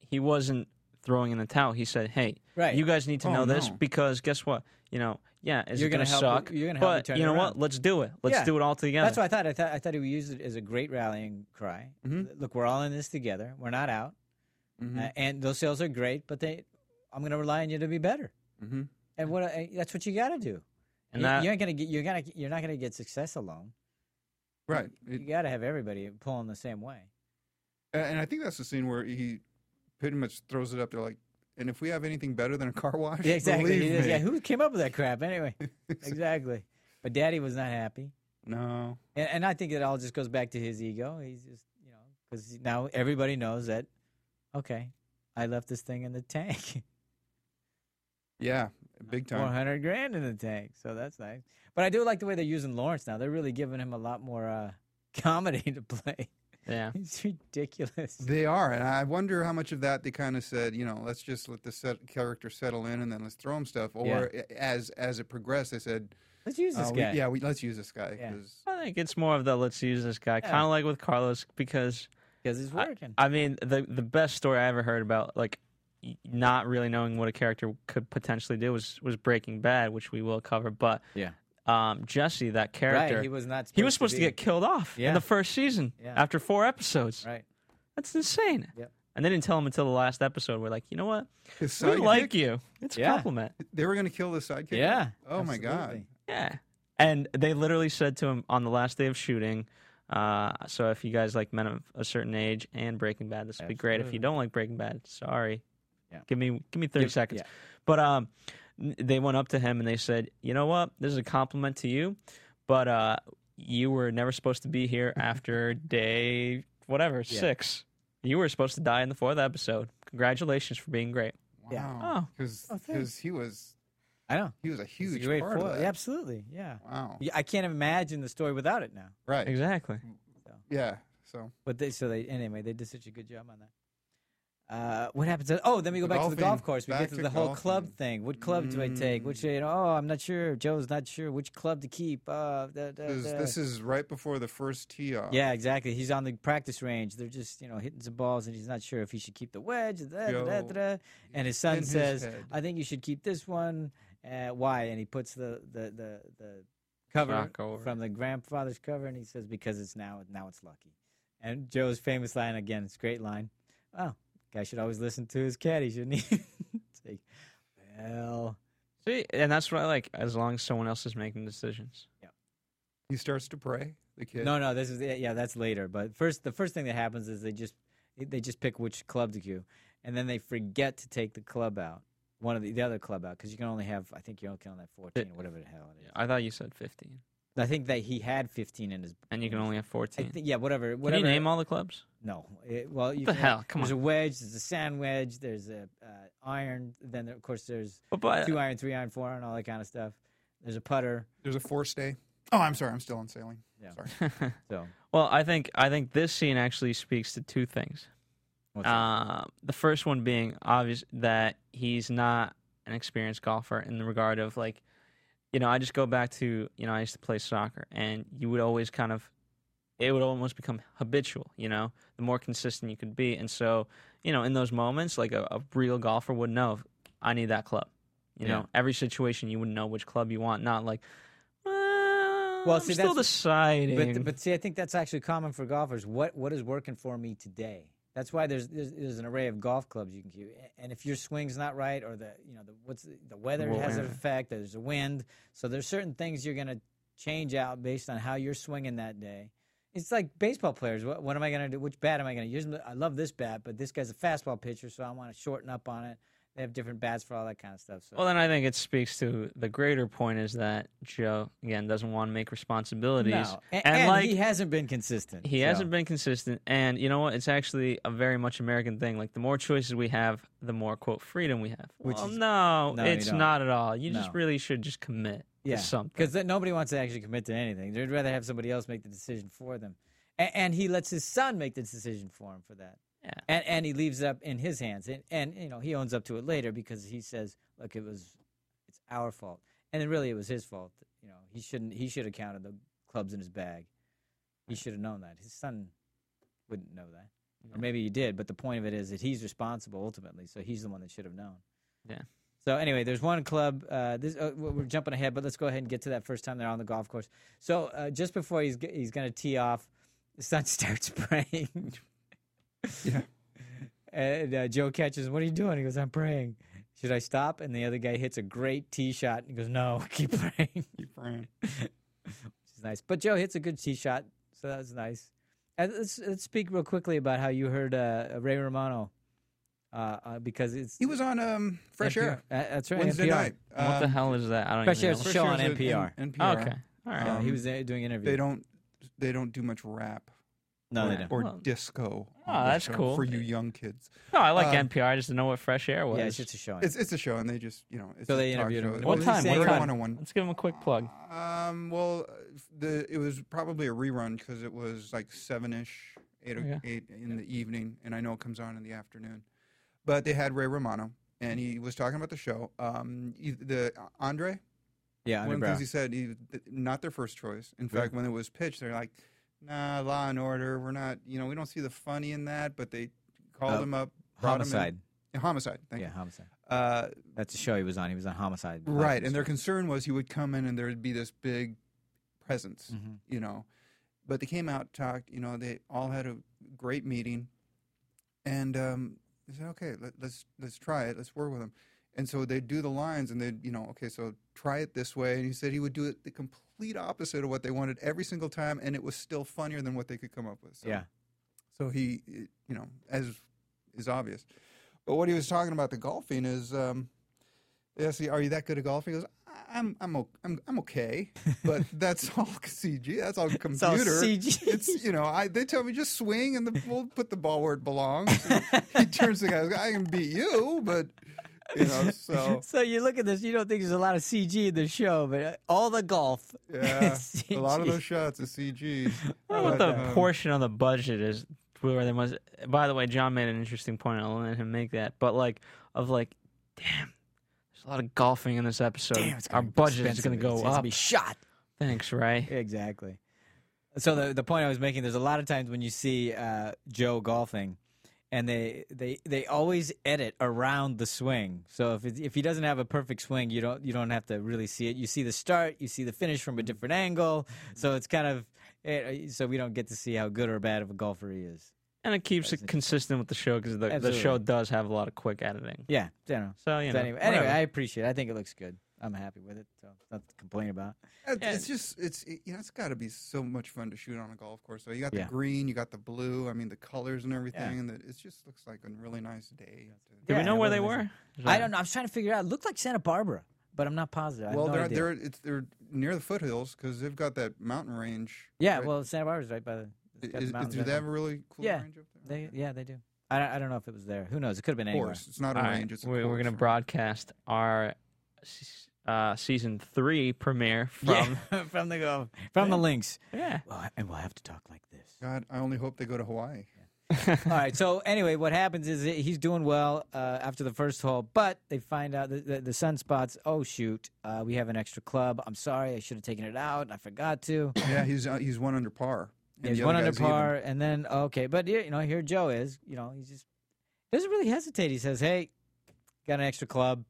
Speaker 2: he wasn't throwing in the towel. He said, "Hey,
Speaker 3: Right.
Speaker 2: you guys need to
Speaker 1: Oh,
Speaker 2: know this
Speaker 1: no.
Speaker 2: because guess what? You know, yeah, it's
Speaker 3: You're
Speaker 2: going
Speaker 3: gonna
Speaker 2: to
Speaker 3: help-
Speaker 2: suck.
Speaker 3: you're gonna help me
Speaker 2: but
Speaker 3: turn
Speaker 2: you
Speaker 3: it
Speaker 2: know
Speaker 3: around.
Speaker 2: what? Let's do it. Let's
Speaker 3: Yeah.
Speaker 2: do it all together.
Speaker 3: That's what I thought. I thought I thought he would use it as a great rallying cry. Look, we're all in this together. We're not out, Uh, and those sales are great. But they, I'm going to rely on you to be better.
Speaker 1: Mhm.
Speaker 3: And what I, that's what you got to do.
Speaker 2: And
Speaker 3: you,
Speaker 2: that-
Speaker 3: you ain't gonna get. You're gonna. You're not gonna get success alone.
Speaker 1: right.
Speaker 3: You
Speaker 1: It-
Speaker 3: got to have everybody pulling the same way.
Speaker 1: And, and I think that's the scene where he pretty much throws it up there like, and if we have anything better than a car wash,
Speaker 3: Yeah, exactly. He
Speaker 1: believe
Speaker 3: is.
Speaker 1: me."
Speaker 3: Yeah, who came up with that crap anyway? exactly. But Daddy was not happy,
Speaker 1: No.
Speaker 3: and, and I think it all just goes back to his ego. He's just, you know, because now everybody knows that. Okay, I left this thing in the tank.
Speaker 1: Yeah, big
Speaker 3: Four
Speaker 1: time.
Speaker 3: hundred grand in the tank, so that's nice. But I do like the way they're using Lawrence now. They're really giving him a lot more uh, comedy to play.
Speaker 2: Yeah.
Speaker 3: It's ridiculous.
Speaker 1: They are, and I wonder how much of that they kind of said, you know, let's just let the set character settle in, and then let's throw him stuff. Or a- as as it progressed, they said,
Speaker 3: Let's use this
Speaker 1: uh, we-
Speaker 3: guy.
Speaker 1: yeah, we, let's use this guy
Speaker 3: Yeah.
Speaker 1: 'cause-
Speaker 2: I think it's more of the let's use this guy, kind of like with Carlos, because
Speaker 3: because it's working.
Speaker 2: I mean the the best story I ever heard about like y- not really knowing what a character could potentially do was was Breaking Bad, which we will cover. But
Speaker 3: Yeah.
Speaker 2: um, Jesse, that character,
Speaker 3: right, he was not. Supposed
Speaker 2: he was supposed to,
Speaker 3: be.
Speaker 2: get killed off
Speaker 3: Yeah.
Speaker 2: in the first season
Speaker 3: Yeah.
Speaker 2: after four episodes.
Speaker 3: right.
Speaker 2: That's insane.
Speaker 3: Yep.
Speaker 2: And they didn't tell him until the last episode. We're like, you know what?
Speaker 1: 'cause
Speaker 2: We
Speaker 1: sidekick-
Speaker 2: like you. It's a
Speaker 3: Yeah.
Speaker 2: compliment.
Speaker 1: They were going to kill the sidekick.
Speaker 3: Yeah.
Speaker 1: Oh my god.
Speaker 3: absolutely.
Speaker 2: Yeah. And they literally said to him on the last day of shooting, uh, so if you guys like men of a certain age and Breaking Bad, this would be great. If you don't like Breaking Bad, sorry.
Speaker 3: Yeah.
Speaker 2: Give me give me 30
Speaker 3: Give-
Speaker 2: seconds.
Speaker 3: yeah.
Speaker 2: But um n- they went up to him and they said, "You know what? This is a compliment to you, but uh you were never supposed to be here after day whatever, 6. You were supposed to die in the fourth episode. Congratulations for being great."
Speaker 3: Yeah.
Speaker 1: Wow.
Speaker 2: Oh.
Speaker 1: Because
Speaker 3: Oh, thanks.
Speaker 1: he was
Speaker 3: I know.
Speaker 1: he was a huge
Speaker 3: You wait
Speaker 1: part
Speaker 3: for
Speaker 1: of
Speaker 3: it.
Speaker 1: that.
Speaker 3: Yeah, absolutely. Yeah.
Speaker 1: Wow.
Speaker 3: Yeah, I can't imagine the story without it now.
Speaker 1: Right.
Speaker 2: Exactly.
Speaker 1: Yeah. So
Speaker 3: But they so they anyway they did such a good job on that. Uh, what happens? To, oh, then we go
Speaker 1: The
Speaker 3: back to the golf
Speaker 1: golfing.
Speaker 3: course. We
Speaker 1: Back
Speaker 3: get to
Speaker 1: to
Speaker 3: the whole
Speaker 1: golfing. Mm.
Speaker 3: club thing. What club do I take? Which you know, oh, I'm not sure. Joe's not sure which club to keep. Uh, da, da,
Speaker 1: this,
Speaker 3: da.
Speaker 1: this is right before the first tee off.
Speaker 3: yeah, exactly. He's on the practice range. They're just you know hitting some balls, and he's not sure if he should keep the wedge. Da, da, da,
Speaker 1: Joe,
Speaker 3: da. And his son
Speaker 1: in his
Speaker 3: says,
Speaker 1: head.
Speaker 3: "I think you should keep this one." Uh, why? And he puts the the the, the cover
Speaker 2: Sock over.
Speaker 3: from the grandfather's cover, and he says, "Because it's now now it's lucky." And Joe's famous line again. It's a great line. Oh, guy should always listen to his caddy, shouldn't he? it's like, well,
Speaker 2: See, and that's what I like as long as someone else is making decisions.
Speaker 1: He starts to pray. The kid.
Speaker 3: no, no, this is yeah, that's later. But first, the first thing that happens is they just they just pick which club to cue, and then they forget to take the club out, one of the, the other club out, because you can only have I think you only can only have fourteen, or whatever the hell it is.
Speaker 2: I thought you said 15.
Speaker 3: I think that he had fifteen in his.
Speaker 2: And you can only have
Speaker 3: I
Speaker 2: 14.
Speaker 3: think yeah, whatever.
Speaker 2: Can
Speaker 3: Whatever.
Speaker 2: you name all the clubs?
Speaker 3: No. It, well, you
Speaker 2: the
Speaker 3: can-
Speaker 2: hell? Come
Speaker 3: there's
Speaker 2: on.
Speaker 3: a wedge. There's a sand wedge. There's a uh, iron. Then there- of course there's
Speaker 2: But, but uh,
Speaker 3: two iron, three iron, four iron, all that kind of stuff. There's a putter.
Speaker 1: There's a force day. Oh, I'm sorry. I'm still on sailing.
Speaker 3: Yeah.
Speaker 1: Sorry.
Speaker 3: So
Speaker 2: well, I think I think this scene actually speaks to two things.
Speaker 3: what's that?
Speaker 2: Uh, the first one being obvious that he's not an experienced golfer in the regard of like, you know, I just go back to you know I used to play soccer and you would always kind of, it would almost become habitual. You know, the more consistent you could be, and so you know in those moments like a, a real golfer would know I need that club. You
Speaker 3: Yeah.
Speaker 2: know, every situation you would know which club you want, not like. Well, I'm
Speaker 3: see,
Speaker 2: still
Speaker 3: that's-
Speaker 2: deciding.
Speaker 3: but, but see, I think that's actually common for golfers. What what is working for me today? That's why there's there's, there's an array of golf clubs you can cue. A- And if your swing's not right, or the you know the what's the, the weather
Speaker 2: Well,
Speaker 3: has an
Speaker 2: yeah.
Speaker 3: effect. There's a wind, so there's certain things you're gonna change out based on how you're swinging that day. It's like baseball players. What, what am I gonna do? Which bat am I gonna use? I love this bat, but this guy's a fastball pitcher, so I want to shorten up on it. They have different bats for all that kind of stuff. So
Speaker 2: Well, then I think it speaks to the greater point is that Joe again doesn't want to make responsibilities,
Speaker 3: no. A- and,
Speaker 2: and, like
Speaker 3: he
Speaker 2: he,
Speaker 3: hasn't been consistent. so-
Speaker 2: hasn't been consistent. And you know what? It's actually a very much American thing. Like the more choices we have, the more quote freedom we have.
Speaker 3: Which
Speaker 2: well,
Speaker 3: is-
Speaker 2: no,
Speaker 3: no, you
Speaker 2: it's
Speaker 3: don't.
Speaker 2: not at all. You
Speaker 3: No.
Speaker 2: just really should just commit
Speaker 3: yeah,
Speaker 2: to something.
Speaker 3: Because nobody wants to actually commit to anything. They'd rather have somebody else make the decision for them. And, and he lets his son make the decision for him for that.
Speaker 2: Yeah.
Speaker 3: And, and he leaves it up in his hands. And, and, you know, he owns up to it later because he says, look, it was, it's our fault. And then really it was his fault. You know, he shouldn't, he should have counted the clubs in his bag. He should have known that. His son wouldn't know that. Or maybe he did, but the point of it is that he's responsible ultimately. So he's the one that should have known.
Speaker 2: Yeah.
Speaker 3: So anyway, there's one club. Uh, this uh, we're we're jumping ahead, but let's go ahead and get to that first time they're on the golf course. So uh, just before he's g- he's gonna tee off, the sun starts praying.
Speaker 1: Yeah.
Speaker 3: And uh, Joe catches, "What are you doing?" He goes, "I'm praying." Should I stop? And the other guy hits a great tee shot and he goes, "No, keep praying."
Speaker 1: Keep praying.
Speaker 3: Which is nice. But Joe hits a good tee shot, so that was nice. Uh, Let's, let's speak real quickly about how you heard uh, Ray Romano, uh, uh, because it's
Speaker 1: He was on um, Fresh
Speaker 3: NPR.
Speaker 1: Air
Speaker 3: Uh, that's right.
Speaker 1: Wednesday
Speaker 3: NPR.
Speaker 1: night.
Speaker 2: what the
Speaker 1: Um,
Speaker 2: hell is that? I don't
Speaker 3: Fresh
Speaker 2: even
Speaker 3: Air's
Speaker 2: know.
Speaker 3: a show on
Speaker 1: Air's in-
Speaker 3: NPR.
Speaker 1: in-
Speaker 2: Oh,
Speaker 1: NPR.
Speaker 2: okay. All right.
Speaker 3: Yeah, he was there doing an interview.
Speaker 1: Um, They don't they don't do much rap
Speaker 3: No, they
Speaker 2: Yeah.
Speaker 3: don't.
Speaker 1: or
Speaker 2: Well,
Speaker 1: disco.
Speaker 2: oh,
Speaker 1: on this
Speaker 2: that's
Speaker 1: show
Speaker 2: cool.
Speaker 1: for you young kids.
Speaker 2: no, I like
Speaker 1: um,
Speaker 2: NPR. I just didn't know what Fresh Air was.
Speaker 3: Yeah, it's just a show.
Speaker 1: It's it's a show, and they just you know. It's
Speaker 3: So
Speaker 1: a
Speaker 3: they
Speaker 1: talk
Speaker 3: interviewed him. What
Speaker 1: show.
Speaker 2: what
Speaker 3: did
Speaker 1: It's
Speaker 3: he
Speaker 2: time?
Speaker 3: say?
Speaker 2: What
Speaker 3: Ray
Speaker 2: time?
Speaker 1: 101.
Speaker 2: Let's give him a quick plug.
Speaker 1: Um, well, the it was probably a rerun because it was like seven ish, eight, o-
Speaker 2: Okay.
Speaker 1: eight in the evening, and I know it comes on in the afternoon. But they had Ray Romano, and he was talking about the show. Um, you- the Andre,
Speaker 3: yeah,
Speaker 1: one of the
Speaker 3: Underbrow.
Speaker 1: things he said, he, th- not their first choice. In fact, when it was pitched, they're like, "Nah, Law and Order. We're not. You know, we don't see the funny in that." But they called
Speaker 3: Uh,
Speaker 1: him up. brought him in-
Speaker 3: homicide.
Speaker 1: homicide. Thank
Speaker 3: Yeah,
Speaker 1: you.
Speaker 3: homicide.
Speaker 1: Uh,
Speaker 3: That's a show he was on. He was on homicide.
Speaker 1: Right, and their concern was he would come in and there would be this big presence,
Speaker 3: Mhm.
Speaker 1: you know. But they came out, talked, you know, they all had a great meeting, and um, they said, "Okay, let, let's let's try it, let's work with him." And so they'd do the lines, and they'd, you know, okay, so try it this way. And he said he would do it the complete opposite of what they wanted every single time, and it was still funnier than what they could come up with. So,
Speaker 3: Yeah.
Speaker 1: So he, it- you know, as is obvious. But what he was talking about the golfing is, um, yeah, see, are you that good at golf? He goes, "I- I'm, I'm, o- I'm, I'm okay, but that's all CG. That's all computer.
Speaker 3: all CG.
Speaker 1: It's, you know, I, they tell me just swing and the, we'll put the ball where it belongs. he turns to the guy, and goes, I can beat you, but, you know, so,
Speaker 3: So you look at this, you don't think there's a lot of CG in the show, but uh, all the golf.
Speaker 1: yeah,
Speaker 3: is
Speaker 1: a lot of
Speaker 3: CG.
Speaker 1: those shots is CG.
Speaker 2: I wonder what
Speaker 1: But,
Speaker 2: the
Speaker 1: um,
Speaker 2: portion of the budget is where there was. By the way, John made an interesting point. I'll let him make that. But like, of like, damn, there's a lot of golfing in this episode.
Speaker 3: Damn, it's
Speaker 2: Our
Speaker 3: gonna be
Speaker 2: budget is going
Speaker 3: expensive.
Speaker 2: to go
Speaker 3: It's
Speaker 2: up.
Speaker 3: Be shot.
Speaker 2: Thanks, Ray.
Speaker 3: Exactly. So the the point I was making, there's a lot of times when you see uh, Joe golfing, and they they they always edit around the swing. So if it, if he doesn't have a perfect swing, you don't you don't have to really see it. You see the start, you see the finish from a
Speaker 2: Mm-hmm.
Speaker 3: different angle. So it's kind of eh, so we don't get to see how good or bad of a golfer he is.
Speaker 2: And it keeps it consistent with the show because the, the
Speaker 3: Absolutely.
Speaker 2: show does have a lot of quick editing.
Speaker 3: Yeah, you know.
Speaker 2: So you
Speaker 3: So
Speaker 2: know.
Speaker 3: anyway, anyway,
Speaker 2: whatever.
Speaker 3: I appreciate. it. I think it looks good. I'm happy with it. So nothing to complain about.
Speaker 1: It- It's just it's it, you know it's got to be so much fun to shoot on a golf course. So you got the
Speaker 3: Yeah.
Speaker 1: green, you got the blue. I mean the colors and everything. And it just looks like a really nice day.
Speaker 2: Do
Speaker 3: Yeah,
Speaker 2: we know
Speaker 3: it
Speaker 2: where they
Speaker 3: wasn't
Speaker 2: were?
Speaker 3: amazing. I don't know. I'm trying to figure out. It looked like Santa Barbara, but I'm not positive. I have
Speaker 1: well,
Speaker 3: no
Speaker 1: they're
Speaker 3: idea.
Speaker 1: they're it's they're near the foothills because they've got that mountain range.
Speaker 3: Yeah,
Speaker 1: right?
Speaker 3: well, Santa Barbara's right by the. it's got
Speaker 1: is,
Speaker 3: mountains
Speaker 1: do
Speaker 3: right
Speaker 1: they have
Speaker 3: there.
Speaker 1: a really cool
Speaker 3: Yeah,
Speaker 1: range up there?
Speaker 3: They, yeah, they do. I don't, I don't know if it was there. Who knows? It could have been
Speaker 1: Of
Speaker 3: anywhere.
Speaker 1: course, it's not a
Speaker 2: All right,
Speaker 1: range. It's a
Speaker 2: we- we're
Speaker 1: course, Oh
Speaker 2: going to
Speaker 1: right?
Speaker 2: broadcast our s- uh, season three premiere from.
Speaker 3: yeah, from the golf, from the links.
Speaker 2: Yeah.
Speaker 3: Well, and we'll have to talk like this.
Speaker 1: God, I only hope they go to Hawaii.
Speaker 3: All right. So anyway, what happens is that he's doing well uh, after the first hole, but they find out the, the, the sunspots. Oh shoot, uh, we have an extra club. I'm sorry, I should have taken it out. I forgot to.
Speaker 1: Yeah, he's uh, he's one under par. and
Speaker 3: He's
Speaker 1: the
Speaker 3: one
Speaker 1: other
Speaker 3: under
Speaker 1: guy's even.
Speaker 3: par, and then oh, okay, but here, you know, here Joe is. You know, he just doesn't really hesitate. He says, "Hey, got an extra club,"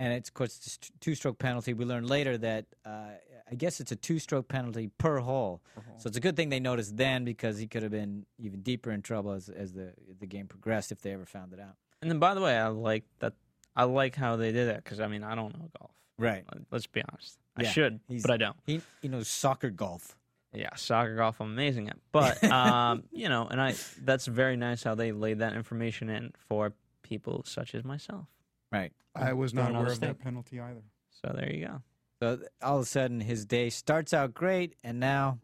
Speaker 3: and it's of course it's a two-stroke penalty. We learn later that uh, I guess it's a two-stroke penalty per hole. So it's a good thing they noticed then because he could have been even deeper in trouble as, as the the game progressed if they ever found it out.
Speaker 2: And then, by the way, I like that. I like how they did it because I mean I don't know golf.
Speaker 3: Right.
Speaker 2: Let's be honest.
Speaker 3: Yeah,
Speaker 2: I should,
Speaker 3: he's-
Speaker 2: but I don't.
Speaker 3: He he knows soccer golf.
Speaker 2: Yeah, soccer golf, I'm amazing at. But um, you know, and I that's very nice how they laid that information in for people such as myself.
Speaker 3: Right.
Speaker 1: I was not
Speaker 2: Don't
Speaker 1: aware of that
Speaker 2: understand.
Speaker 1: penalty either.
Speaker 2: So there you go.
Speaker 3: So th- all of a sudden his day starts out great, and now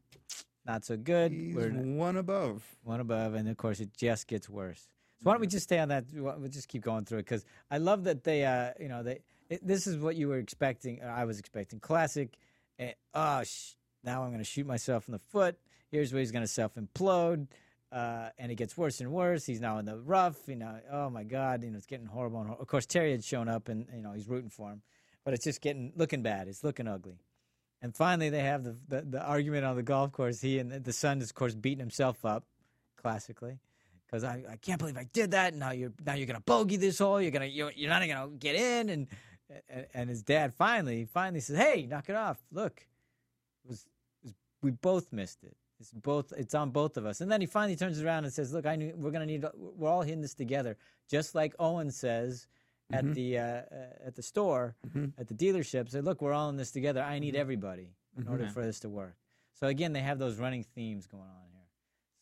Speaker 3: not so good.
Speaker 1: He's
Speaker 3: We're-
Speaker 1: one above.
Speaker 3: one above, and of course it just gets worse. So why don't we just stay on that? why- We'll just keep going through it because I love that they, uh, you know, they. It, this is what you were expecting. Or I was expecting classic. Uh, oh, sh- now I'm going to shoot myself in the foot. Here's where he's going to self implode, uh, and it gets worse and worse. He's now in the rough. You know, oh my God, you know, it's getting horrible. And hor- of course, Terry had shown up, and you know, he's rooting for him, but it's just getting looking bad. It's looking ugly. And finally, they have the, the, the argument on the golf course. He and the- the son is, of course, beating himself up, classically, because I, I can't believe I did that. And now you're now you're gonna bogey this hole. You're gonna you're, you're not gonna get in. And, and and his dad finally finally says, "Hey, knock it off. Look, it was, it was we both missed it. It's both it's on both of us." And then he finally turns around and says, "Look, I knew we're gonna need we're all in this together, just like Owen says." At the uh, uh, at the store, at the dealership, say, look, we're all in this together. I need everybody in order for this to work. So again, they have those running themes going on here.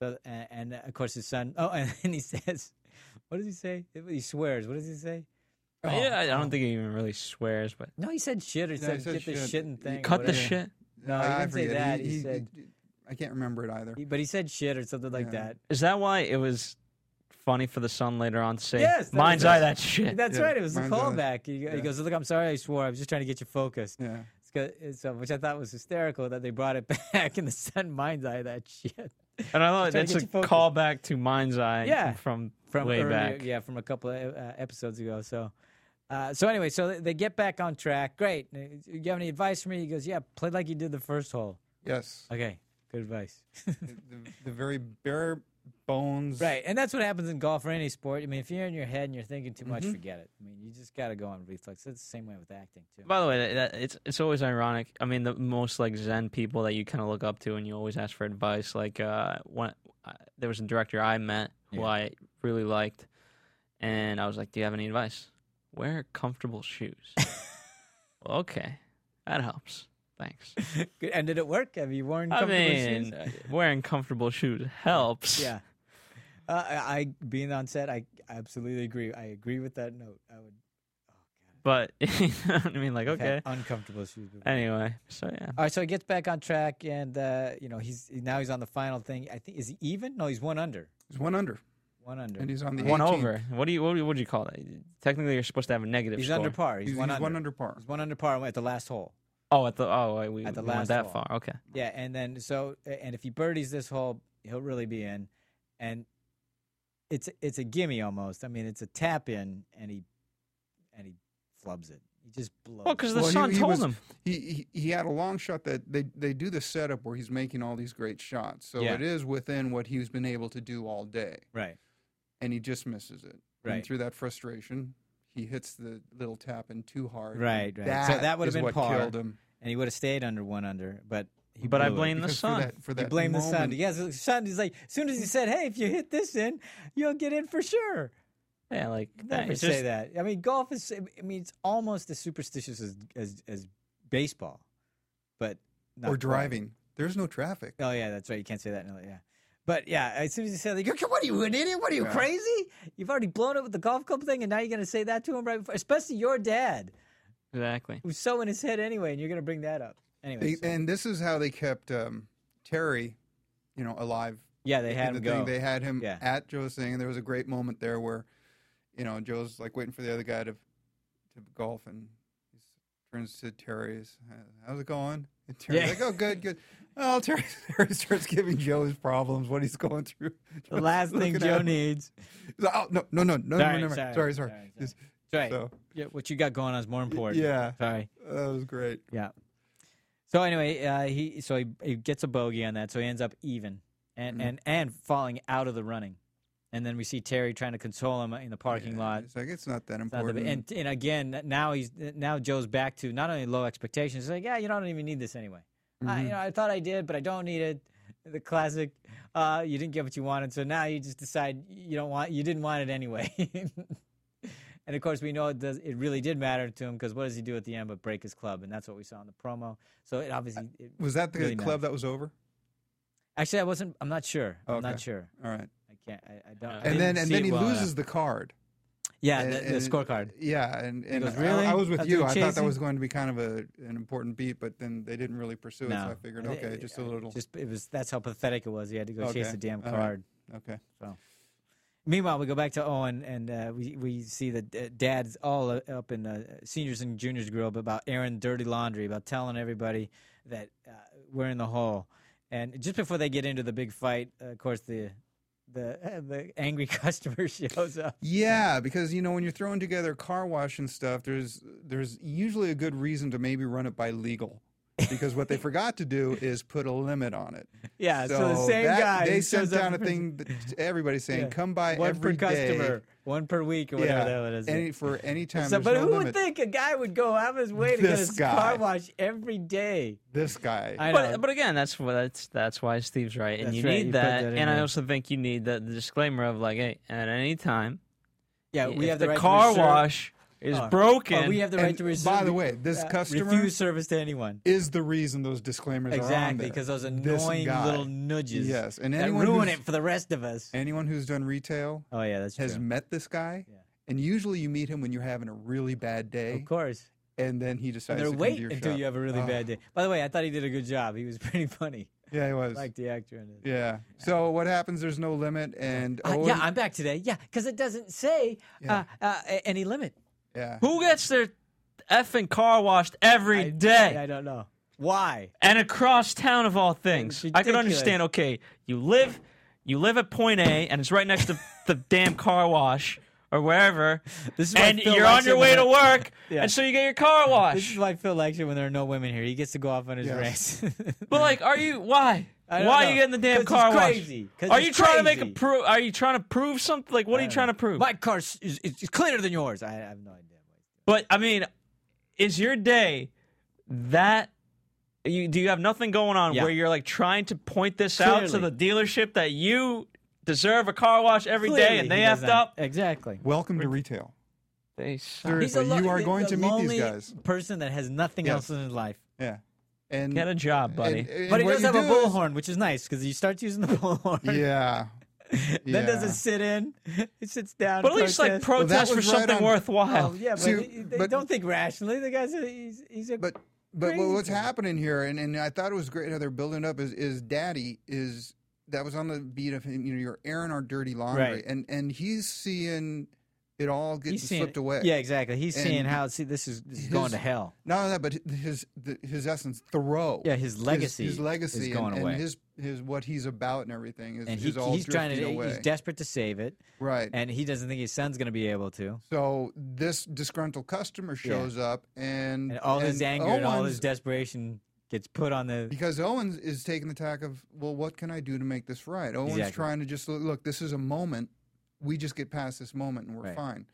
Speaker 3: So and, and of course his son. Oh, and, and he says, what does he say? He swears. What does he say? Oh,
Speaker 2: yeah, I I don't think he even really swears, but
Speaker 3: No, he said shit or
Speaker 1: he
Speaker 3: said,
Speaker 1: said
Speaker 3: get the
Speaker 1: shit.
Speaker 3: shit and thing. or
Speaker 2: cut the
Speaker 3: whatever.
Speaker 2: shit.
Speaker 3: No, he
Speaker 1: Ah, I
Speaker 3: didn't say
Speaker 1: forget.
Speaker 3: that. He, said,
Speaker 1: I can't remember it either.
Speaker 3: he- but he said shit or something like that.
Speaker 2: Is that why it was funny for the son later on to say,
Speaker 3: Yes, that was
Speaker 2: "Mind's
Speaker 3: it.
Speaker 2: eye that shit"?
Speaker 3: That's
Speaker 1: Yeah,
Speaker 3: right. It was a
Speaker 1: mine's on it.
Speaker 3: callback. He, he goes, "Look, I'm sorry, I swore. I was just trying to get you focused."
Speaker 1: Yeah.
Speaker 3: It's good- it's, uh, which I thought was hysterical that they brought it back and the sun mind's eye that shit
Speaker 2: and I thought
Speaker 3: Just trying to
Speaker 2: that's a
Speaker 3: get you focused.
Speaker 2: callback to Mind's eye.
Speaker 3: Yeah.
Speaker 2: from
Speaker 3: from
Speaker 2: way
Speaker 3: earlier,
Speaker 2: back.
Speaker 3: yeah, from a couple of uh, episodes ago. So, uh, so anyway, so they- they get back on track. Great. Uh, You have any advice for me? He goes, "Yeah, play like you did the first hole."
Speaker 1: Yes.
Speaker 3: Okay, good advice.
Speaker 1: the, the very bare bones.
Speaker 3: Right, and that's what happens in golf or any sport. I mean, if you're in your head and you're thinking too much, forget it. I mean, you just got to go on reflex. It's the same way with acting too.
Speaker 2: By the way, that, that, it's it's always ironic. I mean, the most like Zen people that you kind of look up to, and you always ask for advice. Like, uh, one uh, there was a director I met who
Speaker 3: Yeah.
Speaker 2: I really liked, and I was like, "Do you have any advice? Wear comfortable shoes." well, okay, that helps. Thanks.
Speaker 3: Good- and did it work? Have you worn
Speaker 2: I
Speaker 3: comfortable
Speaker 2: mean, uh,
Speaker 3: shoes?
Speaker 2: wearing comfortable shoes helps.
Speaker 3: Yeah. Uh, I, I being on set, I absolutely agree. I agree with that note. I would
Speaker 2: but you know what I mean, like,
Speaker 3: have
Speaker 2: okay.
Speaker 3: uncomfortable shoes. before.
Speaker 2: Anyway, so yeah,
Speaker 3: All right, so he gets back on track, and uh, you know he's now he's on the final thing. I think is he even? No, he's one under.
Speaker 1: He's one under,
Speaker 3: One under.
Speaker 1: and he's on the
Speaker 2: one
Speaker 1: 18th.
Speaker 2: over. What do you what, do you- what do you call that? Technically, you're supposed to have a negative.
Speaker 3: He's
Speaker 2: score.
Speaker 3: under par. He's,
Speaker 1: He's, he's
Speaker 3: one under.
Speaker 1: par.
Speaker 3: He's one under par at the last hole.
Speaker 2: Oh, at the oh, wait, we,
Speaker 3: At the
Speaker 2: we went
Speaker 3: last
Speaker 2: that
Speaker 3: hole.
Speaker 2: far. Okay.
Speaker 3: Yeah, and then so and if he birdies this hole, he'll really be in, and it's it's a gimme almost. I mean, it's a tap in, and he and he flubs it. He just blows.
Speaker 2: Well, because the
Speaker 1: Well, he-
Speaker 2: son
Speaker 1: he
Speaker 2: told
Speaker 1: was-
Speaker 2: him.
Speaker 1: He, he he had a long shot that they they do the setup where he's making all these great shots. So
Speaker 3: Yeah.
Speaker 1: it is within what he's been able to do all day,
Speaker 3: right,
Speaker 1: and he just misses it.
Speaker 3: Right.
Speaker 1: And through that frustration, he hits the little tap in too hard. and
Speaker 3: Right, right. So that would've
Speaker 1: is
Speaker 3: been
Speaker 1: what
Speaker 3: par.
Speaker 1: killed him.
Speaker 3: and he would have stayed under one under, but he
Speaker 2: But I
Speaker 3: blew it.
Speaker 2: blame the
Speaker 1: Because
Speaker 2: son.
Speaker 1: For that, for
Speaker 3: You
Speaker 1: that
Speaker 3: blame the sun.
Speaker 1: moment-
Speaker 3: Yes, the sun is like as soon as he said, "Hey, if you hit this in, you'll get in for sure."
Speaker 2: Yeah, like
Speaker 3: Never
Speaker 2: it's
Speaker 3: say
Speaker 2: just-
Speaker 3: that. I mean, golf is. I mean, it's almost as superstitious as as, as baseball, but not
Speaker 1: or
Speaker 3: quite.
Speaker 1: driving. There's no traffic.
Speaker 3: Oh yeah, that's right. You can't say that. in LA, Yeah, but yeah, as soon as he said, that, "You're- "What are you an idiot? What are you crazy? You've already blown it with the golf club thing, and now you're going to say that to him right before, especially your dad,
Speaker 2: Exactly.
Speaker 3: who's so in his head anyway, and you're going to bring that up anyway.
Speaker 1: They,
Speaker 3: so-
Speaker 1: and this is how they kept um, Terry, you know, alive.
Speaker 3: yeah, they had
Speaker 1: the
Speaker 3: him
Speaker 1: thing,
Speaker 3: go.
Speaker 1: They had him
Speaker 3: Yeah.
Speaker 1: at Joe's thing, and there was a great moment there where, you know, Joe's like waiting for the other guy to, to golf, and he turns to Terry's, "How's it going?" And Terry's
Speaker 3: Yeah.
Speaker 1: like, "Oh, good, good." Well, Terry, Terry starts giving Joe his problems, what he's going through.
Speaker 3: the last thing
Speaker 1: Looking
Speaker 3: Joe
Speaker 1: at him.
Speaker 3: needs.
Speaker 1: He's like, oh no, no, no, no,
Speaker 3: Sorry,
Speaker 1: no, no,
Speaker 3: sorry,
Speaker 1: sorry, sorry.
Speaker 3: sorry, sorry.
Speaker 1: Just-
Speaker 3: That's right.
Speaker 1: So
Speaker 3: Yeah, what you got going on is more important.
Speaker 1: Yeah.
Speaker 3: Sorry.
Speaker 1: uh, that was great.
Speaker 3: Yeah. So anyway, uh, he so he, he gets a bogey on that, so he ends up even and
Speaker 1: Mm-hmm.
Speaker 3: and and falling out of the running, and then we see Terry trying to console him in the parking lot.
Speaker 1: It's like it's not that
Speaker 3: It's not Uh, the-
Speaker 1: important.
Speaker 3: and and again, n- now he's now Joe's back to not only low expectations. He's like, yeah, you know, I don't even need this anyway. I, you
Speaker 1: Mm-hmm.
Speaker 3: know, I thought I did, but I don't need it. The classic, uh, you didn't get what you wanted, so now you just decide you don't want, you didn't want it anyway. and of course, we know it does. It really did matter to him because what does he do at the end but break his club, and that's what we saw in the promo. So it obviously, it,
Speaker 1: was that the
Speaker 3: really
Speaker 1: club that was over?
Speaker 3: actually, I wasn't. I'm not sure. I'm
Speaker 1: Okay.
Speaker 3: not sure.
Speaker 1: All right.
Speaker 3: I can't. I, I don't. I
Speaker 2: And
Speaker 3: didn't
Speaker 1: and then and
Speaker 3: see
Speaker 1: then
Speaker 3: it
Speaker 1: he
Speaker 3: well enough.
Speaker 1: loses the card.
Speaker 3: Yeah,
Speaker 1: And-
Speaker 3: the, the
Speaker 1: and-
Speaker 3: scorecard.
Speaker 1: Yeah, and, and
Speaker 3: goes,
Speaker 1: I-
Speaker 3: "Really?
Speaker 1: I, was with
Speaker 3: After
Speaker 1: you. I thought
Speaker 3: chasing?"
Speaker 1: that was going to be kind of a, an important beat, but then they didn't really pursue it. So I figured,
Speaker 3: And
Speaker 1: okay,
Speaker 3: it-
Speaker 1: just a little.
Speaker 3: Just it was that's how pathetic it was. He had to go chase
Speaker 1: Okay.
Speaker 3: the damn
Speaker 1: All
Speaker 3: card.
Speaker 1: right. okay.
Speaker 3: Meanwhile, we go back to Owen, and uh, we we see that uh, Dad's all uh, up in the seniors and juniors group about airing dirty laundry, about telling everybody that uh, we're in the hole. And just before they get into the big fight, uh, of course the the uh, the angry customer shows up.
Speaker 1: Yeah, because you know when you're throwing together car wash and stuff, there's there's usually a good reason to maybe run it by legal. because what they forgot to do is put a limit on it.
Speaker 3: Yeah, so, the same
Speaker 1: that-
Speaker 3: guy
Speaker 1: they
Speaker 3: shows
Speaker 1: sent down a
Speaker 3: up for-
Speaker 1: thing that, to everybody saying, "Come by
Speaker 3: one
Speaker 1: every
Speaker 3: per
Speaker 1: day."
Speaker 3: customer, one per week, or whatever the hell it is.
Speaker 1: any, for any time.
Speaker 3: So,
Speaker 1: there's
Speaker 3: but
Speaker 1: no
Speaker 3: who would
Speaker 1: limit.
Speaker 3: think a guy would go out of his way to get
Speaker 1: This
Speaker 3: his car
Speaker 1: guy.
Speaker 3: wash every day?
Speaker 1: this guy?
Speaker 3: I know.
Speaker 2: But, but again, that's what that's that's why Steve's right, and
Speaker 3: That's
Speaker 2: you
Speaker 3: right,
Speaker 2: need
Speaker 3: you put
Speaker 2: that.
Speaker 3: that in
Speaker 2: and I
Speaker 3: there.
Speaker 2: also think you need the, the disclaimer of like, hey, at any time,
Speaker 3: yeah, we
Speaker 2: if
Speaker 3: have
Speaker 2: the
Speaker 3: right to
Speaker 2: car
Speaker 3: reserve-
Speaker 2: wash is
Speaker 3: Oh.
Speaker 2: broken.
Speaker 3: Oh, we have the
Speaker 1: And
Speaker 3: right to refuse.
Speaker 1: by the way, this customer-
Speaker 3: refuse service to anyone.
Speaker 1: Is the reason those disclaimers are on
Speaker 3: Exactly,
Speaker 1: there.
Speaker 3: because those
Speaker 1: This
Speaker 3: annoying
Speaker 1: guy.
Speaker 3: little nudges.
Speaker 1: Yes, and
Speaker 3: that
Speaker 1: anyone
Speaker 3: ruin
Speaker 1: who's-
Speaker 3: it for the rest of us.
Speaker 1: Anyone who's done retail
Speaker 3: Oh yeah, that's
Speaker 1: has
Speaker 3: true.
Speaker 1: met this guy, and usually you meet him when you're having a really bad day,
Speaker 3: Of course.
Speaker 1: and then he decides
Speaker 3: They're
Speaker 1: to come
Speaker 3: wait
Speaker 1: to your
Speaker 3: until
Speaker 1: shop.
Speaker 3: you have a really
Speaker 1: Ah,
Speaker 3: bad day. By the way, I thought he did a good job. He was pretty funny.
Speaker 1: Yeah, he was.
Speaker 3: like the actor in it.
Speaker 1: yeah. So what happens? There's no limit, and oh,
Speaker 3: Uh,
Speaker 1: Owen-
Speaker 3: yeah, I'm back today. Yeah, because it doesn't say
Speaker 1: Yeah.
Speaker 3: uh, uh, a- any limit.
Speaker 1: yeah.
Speaker 2: Who gets their effing car washed
Speaker 3: I-
Speaker 2: every day?
Speaker 3: I don't know why.
Speaker 2: and across town of all things.
Speaker 3: It's
Speaker 2: I can
Speaker 3: ridiculous.
Speaker 2: understand. Okay, you live, you live at point A, and it's right next to the damn car wash or wherever.
Speaker 3: This is why
Speaker 2: and
Speaker 3: Phil
Speaker 2: you're
Speaker 3: likes
Speaker 2: on your
Speaker 3: it
Speaker 2: way to
Speaker 3: when there-
Speaker 2: work,
Speaker 3: Yeah.
Speaker 2: and so you get your car
Speaker 3: This is
Speaker 2: wash.
Speaker 3: why Phil likes it when there are no women here. He gets to go off on his
Speaker 1: Yes.
Speaker 3: rants.
Speaker 2: But like, are you why? Why
Speaker 3: I don't
Speaker 2: are
Speaker 3: know.
Speaker 2: you getting the damn
Speaker 3: 'Cause
Speaker 2: car
Speaker 3: it's
Speaker 2: wash?
Speaker 3: crazy. 'Cause
Speaker 2: Are
Speaker 3: it's
Speaker 2: you trying to make a
Speaker 3: crazy.
Speaker 2: pro? Are you trying to prove something? Like, what are you trying to prove?
Speaker 3: My car is, is, is cleaner than yours. I have no idea.
Speaker 2: But I mean, is your day that you do you have nothing going on
Speaker 3: Yeah.
Speaker 2: where you're like trying to point this out to
Speaker 3: Clearly.
Speaker 2: the dealership that you deserve a car wash every day
Speaker 3: Clearly
Speaker 2: and they
Speaker 3: he
Speaker 2: effed
Speaker 3: doesn't.
Speaker 2: up?
Speaker 3: Exactly.
Speaker 1: Welcome to retail.
Speaker 2: They suck.
Speaker 1: Seriously,
Speaker 3: lo-
Speaker 1: you are
Speaker 3: he's
Speaker 1: going
Speaker 3: a
Speaker 1: to meet
Speaker 3: lonely
Speaker 1: these guys.
Speaker 3: Person that has nothing
Speaker 1: Yes.
Speaker 3: else in his life.
Speaker 1: Yeah. And
Speaker 2: Get a job, buddy.
Speaker 1: and- and
Speaker 3: But he
Speaker 1: what
Speaker 3: does
Speaker 1: you
Speaker 3: have a
Speaker 1: do is-
Speaker 3: bullhorn, which is nice because he starts using the bullhorn.
Speaker 1: Yeah.
Speaker 3: Then doesn't
Speaker 1: Yeah.
Speaker 3: sit in. It sits down.
Speaker 2: but at least like
Speaker 3: protests.
Speaker 1: that
Speaker 2: protest for
Speaker 1: was right
Speaker 2: something
Speaker 1: on-
Speaker 2: worthwhile.
Speaker 3: Oh, yeah, but
Speaker 1: See,
Speaker 3: they, they
Speaker 1: but-
Speaker 3: don't think rationally. The guy's a, he's, he's a
Speaker 1: But but
Speaker 3: Crazy
Speaker 1: what- what's
Speaker 3: thing.
Speaker 1: happening here, and, and I thought it was great how they're building up is is Daddy is that was on the beat of him. You know, you're airing our dirty laundry,
Speaker 3: Right.
Speaker 1: and and he's seeing it all getting
Speaker 3: seeing-
Speaker 1: slipped away.
Speaker 3: Yeah, exactly. He's seeing
Speaker 1: And
Speaker 3: how see this is this is going
Speaker 1: his-
Speaker 3: to hell.
Speaker 1: Not only that, but his the, his essence, Thoreau.
Speaker 3: Yeah, his legacy
Speaker 1: His,
Speaker 3: is
Speaker 1: legacy, and-
Speaker 3: going
Speaker 1: and,
Speaker 3: away.
Speaker 1: his his what he's about and everything is,
Speaker 3: And he,
Speaker 1: is all
Speaker 3: he's trying to
Speaker 1: drifting away.
Speaker 3: he's desperate to save it,
Speaker 1: right.
Speaker 3: and he doesn't think his son's going to be able to.
Speaker 1: so this disgruntled customer shows up, and oh
Speaker 3: And all his anger and all his
Speaker 1: Owens-
Speaker 3: desperation gets put on the
Speaker 1: because Owens is taking the tack of, well, what can I do to make this right? Owens
Speaker 3: Exactly.
Speaker 1: trying to just look, look, this is a moment. We just get past this moment and we're
Speaker 3: Right.
Speaker 1: fine.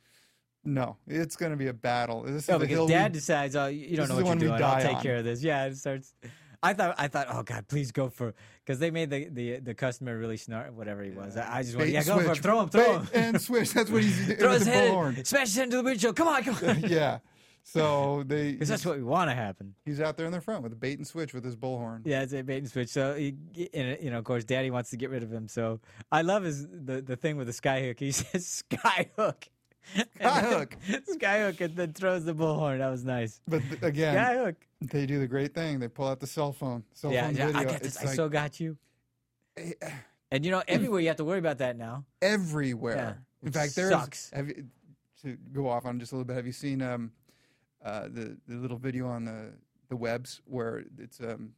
Speaker 1: No, it's going to be a battle. This
Speaker 3: no
Speaker 1: is a hill
Speaker 3: because
Speaker 1: we-
Speaker 3: dad decides oh you you
Speaker 1: this
Speaker 3: don't know
Speaker 1: is the
Speaker 3: what
Speaker 1: one we
Speaker 3: you're doing I'll
Speaker 1: die
Speaker 3: take
Speaker 1: on.
Speaker 3: care of this yeah it starts. I thought I thought oh god please go for because they made the, the the customer really snark whatever he was I, I just
Speaker 1: bait
Speaker 3: want yeah
Speaker 1: and
Speaker 3: go for
Speaker 1: switch.
Speaker 3: him throw him throw
Speaker 1: Bait
Speaker 3: him
Speaker 1: and switch. That's what he's doing
Speaker 3: throw
Speaker 1: with
Speaker 3: his
Speaker 1: the
Speaker 3: head in,
Speaker 1: bullhorn.
Speaker 3: smash his head into the windshield come on come on
Speaker 1: yeah. So they
Speaker 3: because that's what we want to happen.
Speaker 1: he's out there in the front with a bait and switch with his bullhorn.
Speaker 3: Yeah, it's a bait and switch. So, he, and, uh, you know, of course, Daddy wants to get rid of him. So, I love his the, the thing with the skyhook. He says skyhook,
Speaker 1: Skyhook.
Speaker 3: skyhook, and then throws the bullhorn. That was nice.
Speaker 1: But th- again,
Speaker 3: Skyhook.
Speaker 1: they do the great thing. They pull out the cell phone. Cell
Speaker 3: Yeah,
Speaker 1: phone
Speaker 3: yeah.
Speaker 1: video.
Speaker 3: I got this.
Speaker 1: It's
Speaker 3: I
Speaker 1: like uh,
Speaker 3: so got you. And you know, everywhere you have to worry about that now.
Speaker 1: everywhere.
Speaker 3: Yeah.
Speaker 1: In
Speaker 3: It
Speaker 1: fact, there's.
Speaker 3: sucks.
Speaker 1: Have you, to go off on just a little bit, have you seen um, uh, the the little video on the the webs where it's um,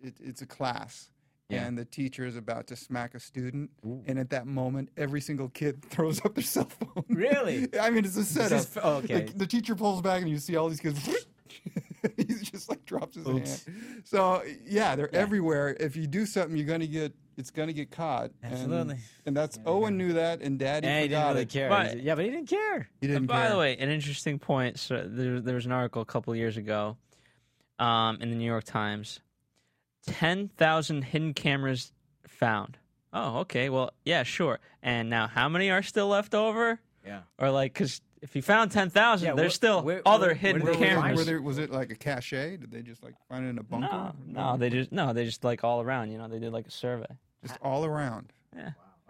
Speaker 1: it, it, it's a class.
Speaker 3: Yeah.
Speaker 1: And the teacher is about to smack a student, and at that moment, every single kid throws up their cell phone.
Speaker 3: Really?
Speaker 1: I mean, it's a setup.
Speaker 3: is f- oh,
Speaker 1: Like,
Speaker 3: okay.
Speaker 1: the teacher pulls back, and you see all these kids. he just like drops his
Speaker 3: Oops.
Speaker 1: hand. So yeah, they're everywhere. If you do something, you're gonna get it's gonna get caught. And-
Speaker 3: Absolutely.
Speaker 1: And, that's Owen knew that, and Daddy
Speaker 3: And he didn't
Speaker 1: forgot
Speaker 3: really
Speaker 1: it.
Speaker 3: care.
Speaker 2: But-
Speaker 3: He's- yeah, but he didn't care.
Speaker 1: He didn't
Speaker 2: And by
Speaker 1: care.
Speaker 2: the way, an interesting point. So there, there was an article a couple years ago um, in the New York Times. Ten thousand hidden cameras found. Oh, okay. Well, yeah, sure. And now, how many are still left over?
Speaker 3: Yeah.
Speaker 2: Or like, because if you found ten thousand,
Speaker 3: Yeah,
Speaker 2: there's
Speaker 3: wh-
Speaker 2: still
Speaker 3: where-
Speaker 2: other
Speaker 3: where-
Speaker 2: hidden
Speaker 3: where do
Speaker 1: Were
Speaker 3: they
Speaker 1: they-
Speaker 3: find
Speaker 2: cameras.
Speaker 1: were there- was it like a cache? Did they just like find it in a bunker?
Speaker 2: no, no, they just no, they just like all around. You know, they did like a survey.
Speaker 1: just all around.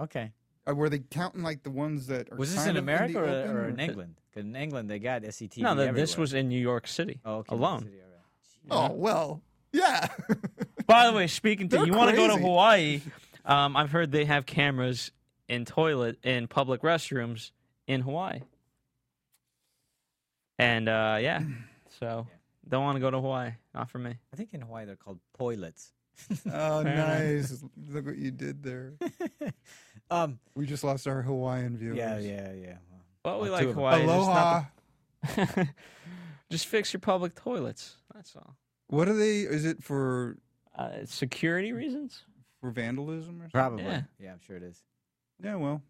Speaker 3: Okay.
Speaker 1: Uh, were they counting like the ones that are
Speaker 3: Was this
Speaker 1: kind
Speaker 3: in
Speaker 1: of the
Speaker 3: America or,
Speaker 1: open,
Speaker 3: or in England? 'Cause in England, they got E SET.
Speaker 2: no, th- this was in New York City
Speaker 3: oh, okay,
Speaker 2: alone.
Speaker 3: City, all right.
Speaker 1: Oh well, yeah.
Speaker 2: By the way, speaking to
Speaker 1: They're
Speaker 2: you, want to go to
Speaker 1: crazy.
Speaker 2: Hawaii? Um, I've heard they have cameras in toilet in public restrooms in Hawaii. And uh, yeah, so don't want to go to Hawaii. Not for me.
Speaker 3: I think in Hawaii they're called toilets.
Speaker 1: oh nice! Look what you did there.
Speaker 3: Um.
Speaker 1: We just lost our Hawaiian viewers.
Speaker 3: Yeah, yeah, yeah.
Speaker 2: Well,
Speaker 3: Well,
Speaker 2: we
Speaker 3: Well,
Speaker 2: like
Speaker 3: two of 'em.
Speaker 2: Hawaii. It's just
Speaker 1: Aloha.
Speaker 2: not the- just fix your public toilets. That's all.
Speaker 1: What are they? Is it for
Speaker 2: Uh, security reasons.
Speaker 1: for vandalism or something?
Speaker 3: Probably. Yeah.
Speaker 2: Yeah.
Speaker 3: I'm sure it is.
Speaker 1: Yeah, well,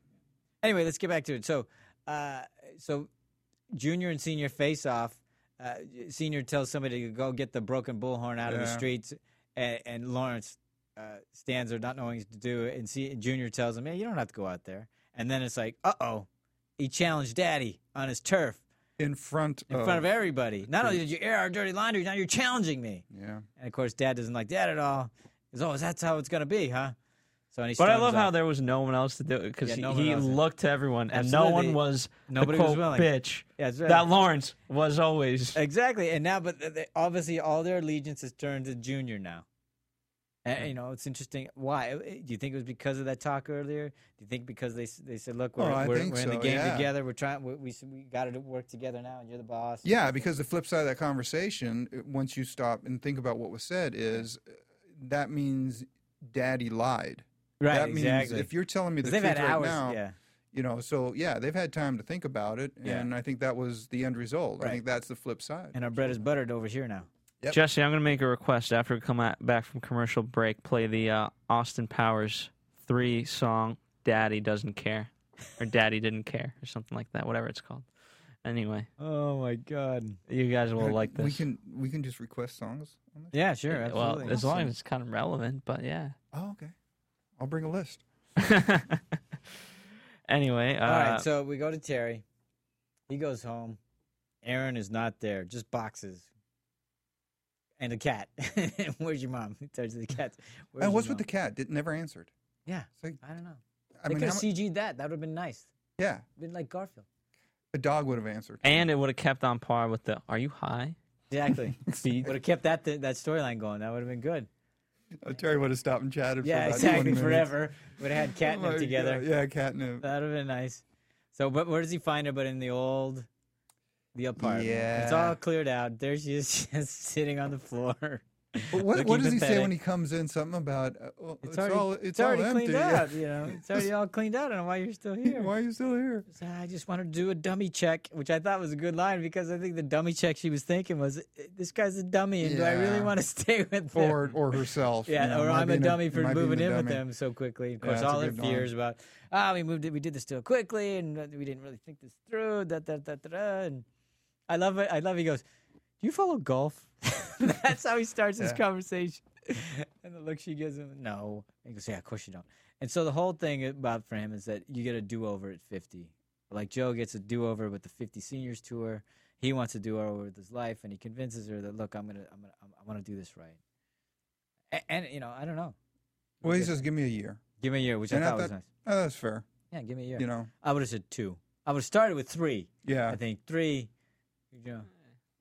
Speaker 3: Anyway, let's get back to it. So, uh, so junior and senior face off. Uh, senior tells somebody to go get the broken bullhorn out of the
Speaker 1: Yeah.
Speaker 3: streets, and, and Lawrence uh, stands there not knowing what to do, and see, Junior tells him, "Hey, you don't have to go out there." And then it's like, "Uh oh, he challenged Daddy on his turf."
Speaker 1: in front
Speaker 3: in
Speaker 1: of,
Speaker 3: front of
Speaker 2: Oh.
Speaker 3: everybody. Not only did you air our dirty laundry, now you're challenging me.
Speaker 1: yeah.
Speaker 3: And of course, Dad doesn't like that at all. He's oh, that's how it's gonna be, huh? So and he
Speaker 2: But I
Speaker 3: storms
Speaker 2: love how
Speaker 3: off.
Speaker 2: there was no one else to do it because
Speaker 3: Yeah,
Speaker 2: he,
Speaker 3: no one
Speaker 2: he
Speaker 3: else.
Speaker 2: looked to everyone and no
Speaker 3: Absolutely.
Speaker 2: one was
Speaker 3: Nobody
Speaker 2: the
Speaker 3: was
Speaker 2: quote
Speaker 3: willing.
Speaker 2: bitch
Speaker 3: Yeah, that's right.
Speaker 2: that Lawrence was always.
Speaker 3: exactly. And now, but th- they, obviously, all their allegiance is turned to Junior now. And, you know, it's interesting. Why Uh, do you think it was because of that talk earlier? Do you think because they s- they said, look, we're
Speaker 1: Oh, I
Speaker 3: we're,
Speaker 1: think
Speaker 3: we're in the
Speaker 1: so,
Speaker 3: game
Speaker 1: yeah.
Speaker 3: together. We're trying. We we, s- we got to work together now, and you're the boss.
Speaker 1: Yeah, because the flip side of that conversation, uh, once you stop and think about what was said, is uh, that means daddy lied.
Speaker 3: right.
Speaker 1: that means
Speaker 3: exactly.
Speaker 1: if you're telling me the
Speaker 3: 'Cause
Speaker 1: truth
Speaker 3: they've had
Speaker 1: right
Speaker 3: hours.
Speaker 1: now,
Speaker 3: yeah.
Speaker 1: you know, so yeah, they've had time to think about it,
Speaker 3: Yeah.
Speaker 1: and I think that was the end result.
Speaker 3: Right.
Speaker 1: I think that's the flip side.
Speaker 3: And our bread is buttered over here now.
Speaker 1: Yep.
Speaker 2: Jesse, I'm going to make a request after we come at, back from commercial break. Play the uh, Austin Powers three song "Daddy Doesn't Care" or "Daddy Didn't Care" or something like that. Whatever it's called. Anyway,
Speaker 3: Oh my God.
Speaker 2: you guys will like this.
Speaker 1: We can we can just request songs. On this?
Speaker 3: Yeah, sure.
Speaker 2: Yeah,
Speaker 3: Absolutely.
Speaker 2: Well, as long as it's kind of relevant, but yeah.
Speaker 1: Oh, okay. I'll bring a list.
Speaker 2: anyway, uh,
Speaker 3: All right, so we go to Terry. He goes home. Aaron is not there, just boxes. And a cat. Where's your mom? He turns to the cat. Where's
Speaker 1: And
Speaker 3: your
Speaker 1: Uh, what's with the
Speaker 3: mom?
Speaker 1: cat? It never answered.
Speaker 3: Yeah,
Speaker 1: It's like
Speaker 3: I don't know.
Speaker 1: I
Speaker 3: they
Speaker 1: mean,
Speaker 3: could
Speaker 1: how
Speaker 3: have
Speaker 1: mu-
Speaker 3: CG'd that. That would have been nice.
Speaker 1: yeah,
Speaker 3: Been like Garfield.
Speaker 1: a dog would have answered.
Speaker 2: and it would have kept on par with the "Are you high?"
Speaker 3: Exactly. would have kept that th- that storyline going. That would have been good.
Speaker 1: Uh, Terry would have stopped and chatted. for
Speaker 3: Yeah,
Speaker 1: about 20
Speaker 3: exactly.
Speaker 1: minutes.
Speaker 3: Forever. Would have had
Speaker 1: Oh
Speaker 3: catnip
Speaker 1: my
Speaker 3: together. Uh,
Speaker 1: God, Yeah, catnip.
Speaker 3: That would have been nice. So, but where does he find her? But in the old, the apartment. It's
Speaker 1: Yeah.
Speaker 3: all cleared out. There she is, just sitting on the floor.
Speaker 1: But what, what
Speaker 3: looking
Speaker 1: does he say
Speaker 3: pathetic.
Speaker 1: when he comes in? Something about uh, well,
Speaker 3: It's, already,
Speaker 1: all
Speaker 3: it's,
Speaker 1: it's,
Speaker 3: already
Speaker 1: all empty.
Speaker 3: cleaned up, you know. It's already all cleaned out. I don't know why you're still here.
Speaker 1: Why are you still here?
Speaker 3: So I just wanted to do a dummy check, which I thought was a good line because I think the dummy check she was thinking was, "This guy's a dummy, and do I really
Speaker 1: Yeah.
Speaker 3: want to stay with him?"
Speaker 1: Or or herself?
Speaker 3: yeah,
Speaker 1: you know,
Speaker 3: or
Speaker 1: am I
Speaker 3: I'm a
Speaker 1: being
Speaker 3: dummy
Speaker 1: am
Speaker 3: for
Speaker 1: I being
Speaker 3: moving
Speaker 1: the
Speaker 3: in with
Speaker 1: dummy?
Speaker 3: them so quickly. Of
Speaker 1: Yeah,
Speaker 3: course,
Speaker 1: that's a
Speaker 3: all her
Speaker 1: good line.
Speaker 3: fears about, ah, we moved it, we did this too quickly, and we didn't really think this through. Da, da, da, da, da. And I love it. I love. He goes, "Do you follow golf?" That's how he starts his
Speaker 1: Yeah.
Speaker 3: conversation. and the look she gives him, no. And he goes, "Yeah, of course you don't." And so the whole thing about for him is that you get a do-over at fifty. Like Joe gets a do-over with the fifty seniors tour. He wants a do-over with his life, and he convinces her that, "Look, I'm gonna, I'm gonna, I'm, I want to do this right." And, and you know, I don't know.
Speaker 1: Well, he says, "Give me a year."
Speaker 3: Give me a year, which
Speaker 1: And
Speaker 3: I
Speaker 1: I
Speaker 3: thought was
Speaker 1: thought-
Speaker 3: nice.
Speaker 1: Oh, that's fair.
Speaker 3: Yeah, give me a year.
Speaker 1: You know.
Speaker 3: I would have said two. I would have started with three.
Speaker 1: Yeah.
Speaker 3: I think three. You know,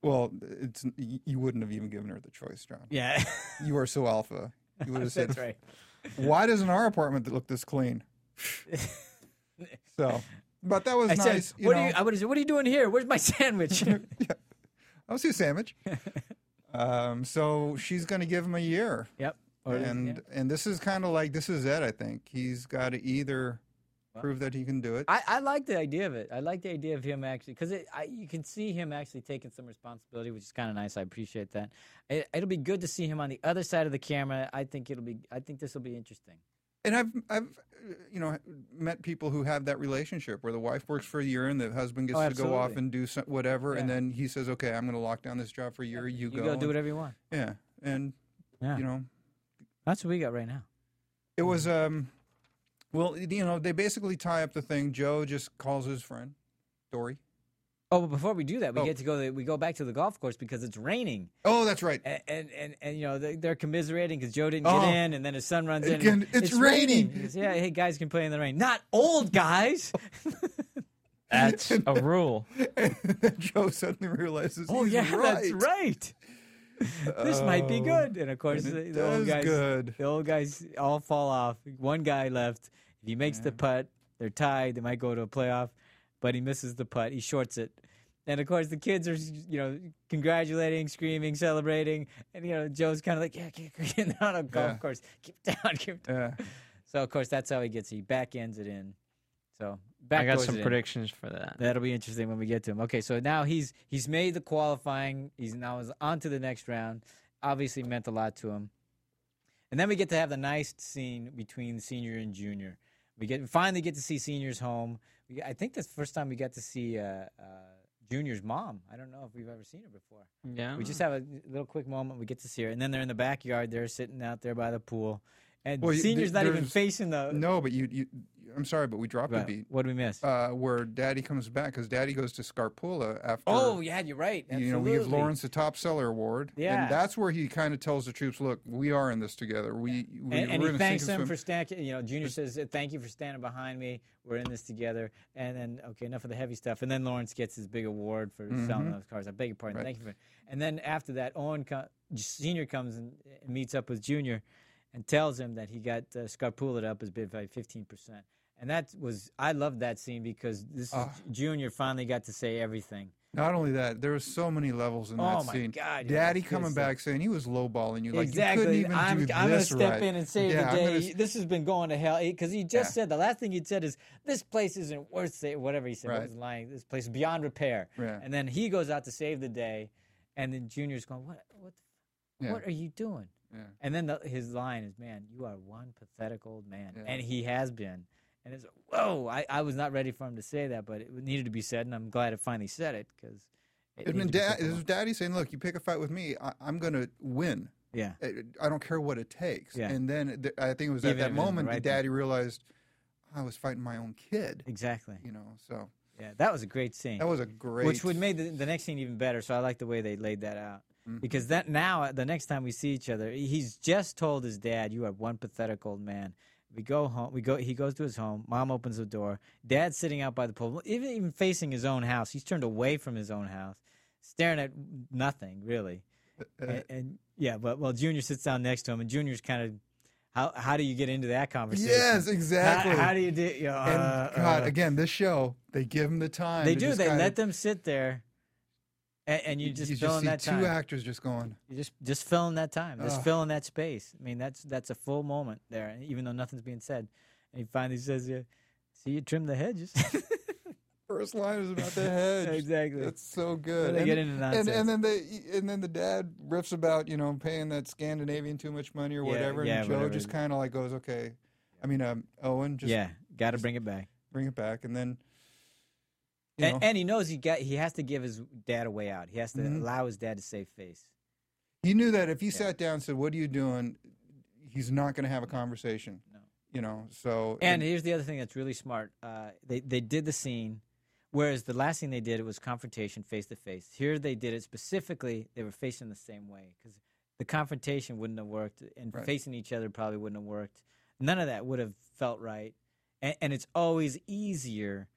Speaker 1: Well, it's y- you wouldn't have even given her the choice, John.
Speaker 3: yeah,
Speaker 1: You are so alpha. You would have said,
Speaker 3: that's right.
Speaker 1: "Why doesn't our apartment look this clean?" so, but that was
Speaker 3: I said,
Speaker 1: nice. you
Speaker 3: "What
Speaker 1: know.
Speaker 3: are you?" I would have said, "What are you doing here? Where's my sandwich?"
Speaker 1: I'll see a sandwich. um, so she's going to give him a year,
Speaker 3: yep. Or,
Speaker 1: and
Speaker 3: Oh, yeah.
Speaker 1: and this is kind of like this is it. I think he's got to either prove that he can do it.
Speaker 3: I, I like the idea of it. I like the idea of him actually because you can see him actually taking some responsibility, which is kind of nice. I appreciate that. It, it'll be good to see him on the other side of the camera. I think it'll be. I think this will be interesting.
Speaker 1: and I've I've uh, you know met people who have that relationship where the wife works for a year and the husband gets
Speaker 3: Oh,
Speaker 1: to go off
Speaker 3: absolutely.
Speaker 1: and do some, whatever, and
Speaker 3: Yeah.
Speaker 1: then he says, "Okay, I'm going to lock down this job for a year. You,
Speaker 3: You, go, do
Speaker 1: and-
Speaker 3: whatever you want.
Speaker 1: Yeah, and
Speaker 3: Yeah,
Speaker 1: you know
Speaker 3: that's what we got right now.
Speaker 1: it was um, well you know they basically tie up the thing. Joe just calls his friend, Dory.
Speaker 3: Oh, but before we do that, we
Speaker 1: Oh.
Speaker 3: get to go. we go back to the golf course because it's raining.
Speaker 1: Oh, that's right.
Speaker 3: and and and, and you know they, they're commiserating because Joe didn't get
Speaker 1: Oh.
Speaker 3: in, and then his son runs in.
Speaker 1: Again,
Speaker 3: and,
Speaker 1: it's raining.
Speaker 3: He goes, yeah, hey guys can play in the rain. Not old guys.
Speaker 2: That's a rule.
Speaker 1: And then Joe suddenly realizes.
Speaker 3: oh
Speaker 1: he's
Speaker 3: yeah, that's right. this might be
Speaker 1: Oh,
Speaker 3: good. And of course,
Speaker 1: and
Speaker 3: the,
Speaker 1: it
Speaker 3: the old
Speaker 1: does
Speaker 3: guys,
Speaker 1: good.
Speaker 3: the old guys all fall off. One guy left. If he makes the putt, they're tied. They might go to a playoff, but he misses the putt. He shorts it. And of course, the kids are, you know, congratulating, screaming, celebrating. And, you know, Joe's kind of like, yeah, keep getting on a golf
Speaker 1: Yeah.
Speaker 3: course. Keep down, keep down.
Speaker 1: Yeah.
Speaker 3: So, of course, that's how he gets it. He back ends it in. So, back
Speaker 2: I got
Speaker 3: doors
Speaker 2: some
Speaker 3: it in.
Speaker 2: predictions for that.
Speaker 3: That'll be interesting when we get to him. Okay, so now he's he's made the qualifying. He's now is on to the next round. Obviously meant a lot to him. And then we get to have the nice scene between senior and junior. We get finally get to see senior's home. We, I think that's the first time we got to see uh, uh, junior's mom. I don't know if we've ever seen her before.
Speaker 2: Yeah.
Speaker 3: We just have a little quick moment. We get to see her, and then they're in the backyard. They're sitting out there by the pool, and
Speaker 1: Well, you-
Speaker 3: senior's not even
Speaker 1: there's
Speaker 3: facing the
Speaker 1: No, but you, you, I'm sorry, but we dropped a
Speaker 3: But
Speaker 1: beat.
Speaker 3: what did we miss?
Speaker 1: Uh, where Daddy comes back because Daddy goes to Scarpula after.
Speaker 3: oh yeah, you're right.
Speaker 1: You know, we give
Speaker 3: Absolutely.
Speaker 1: Lawrence the top seller award.
Speaker 3: Yeah.
Speaker 1: And that's where he kind of tells the troops, look, we are in this together. We, we
Speaker 3: and, and
Speaker 1: we're
Speaker 3: he
Speaker 1: gonna
Speaker 3: thanks
Speaker 1: sink and
Speaker 3: him for
Speaker 1: swim."
Speaker 3: stacking. You know, Junior says, uh, "Thank you for standing behind me. We're in this together." And then, okay, enough of the heavy stuff. And then Lawrence gets his big award for selling those cars. I beg your pardon.
Speaker 1: Mm-hmm. Right.
Speaker 3: Thank you for. And then after that, Owen co- Senior comes and and meets up with Junior, and tells him that he got uh, Scarpula'd up his bid by fifteen percent. And that was I loved that scene because this is
Speaker 1: Ah.
Speaker 3: Junior finally got to say everything.
Speaker 1: Not only that, there were so many levels in that
Speaker 3: Oh, my
Speaker 1: scene.
Speaker 3: God, yeah,
Speaker 1: Daddy
Speaker 3: that's
Speaker 1: coming
Speaker 3: good
Speaker 1: back saying he was lowballing you. Like you couldn't
Speaker 3: exactly.
Speaker 1: even
Speaker 3: I'm,
Speaker 1: do
Speaker 3: I'm gonna
Speaker 1: this
Speaker 3: step
Speaker 1: right.
Speaker 3: in and save
Speaker 1: Yeah,
Speaker 3: the
Speaker 1: I'm
Speaker 3: day.
Speaker 1: gonna s-
Speaker 3: This has been going to hell because he just
Speaker 1: Yeah.
Speaker 3: said the last thing he said is this place isn't worth saving. Whatever he said, what
Speaker 1: Right.
Speaker 3: was the line? This place is beyond repair.
Speaker 1: Yeah.
Speaker 3: And then he goes out to save the day, and then Junior's going, "What? What? The,
Speaker 1: Yeah.
Speaker 3: What are you doing?"
Speaker 1: Yeah.
Speaker 3: And then the, his line is, "Man, you are one pathetic old man,"
Speaker 1: Yeah.
Speaker 3: and he has been. And it's whoa! I, I was not ready for him to say that, but it needed to be said, and I'm glad it finally said it because.
Speaker 1: And then dad, this is daddy saying, "Look, you pick a fight with me, I, I'm going to win.
Speaker 3: yeah.
Speaker 1: I, I don't care what it takes."
Speaker 3: Yeah.
Speaker 1: And then th- I think it was
Speaker 3: Even if
Speaker 1: at
Speaker 3: it
Speaker 1: that
Speaker 3: isn't the
Speaker 1: moment
Speaker 3: right
Speaker 1: that
Speaker 3: thing.
Speaker 1: daddy realized I was fighting my own kid.
Speaker 3: Exactly.
Speaker 1: You know, so
Speaker 3: Yeah, that was a great scene.
Speaker 1: that was a great. Mm-hmm.
Speaker 3: Which would make the, the next scene even better. So I like the way they laid that out because that now uh, the next time we see each other, he's just told his dad, "You are one pathetic old man." We go home. We go. He goes to his home. Mom opens the door. Dad's sitting out by the pool, even even facing his own house. He's turned away from his own house, staring at nothing really. and, and yeah, but well, Junior sits down next to him, and Junior's kind of, how how do you get into that conversation?
Speaker 1: yes, exactly.
Speaker 3: How, how do you do? You know,
Speaker 1: and
Speaker 3: uh,
Speaker 1: God,
Speaker 3: uh,
Speaker 1: again, this show they give him the time.
Speaker 3: they
Speaker 1: to
Speaker 3: do.
Speaker 1: just
Speaker 3: They
Speaker 1: kinda-
Speaker 3: let them sit there, and, and you just
Speaker 1: you
Speaker 3: fill
Speaker 1: just
Speaker 3: in
Speaker 1: see
Speaker 3: that
Speaker 1: two
Speaker 3: time.
Speaker 1: actors just going.
Speaker 3: you just just fill in that time. Just
Speaker 1: Ugh.
Speaker 3: fill in that space. I mean, that's that's a full moment there, and even though nothing's being said. And he finally says, "Yeah, see you trim the hedges."
Speaker 1: First line is about the hedge.
Speaker 3: Exactly.
Speaker 1: That's so good.
Speaker 3: they
Speaker 1: and,
Speaker 3: get into nonsense.
Speaker 1: and, and then they and then the dad riffs about you know paying that Scandinavian too much money or
Speaker 3: Yeah,
Speaker 1: whatever,
Speaker 3: yeah,
Speaker 1: and Joe
Speaker 3: whatever.
Speaker 1: just kind of like goes okay. I mean, um, Owen just
Speaker 3: yeah, got to bring it back.
Speaker 1: bring it back, and then you know, Mm-hmm.
Speaker 3: And, and he knows he got he has to give his dad a way out. He has to allow his dad to save face.
Speaker 1: he knew that if he sat down and said, "What are you doing?" He's not going to have a conversation. No. You know, so
Speaker 3: And here's the other thing that's really smart. Uh, they they did the scene, whereas the last thing they did it was confrontation face to face. Here they did it specifically. They were facing the same way because the confrontation wouldn't have worked, and
Speaker 1: Right.
Speaker 3: facing each other probably wouldn't have worked. None of that would have felt right. And, and it's always easier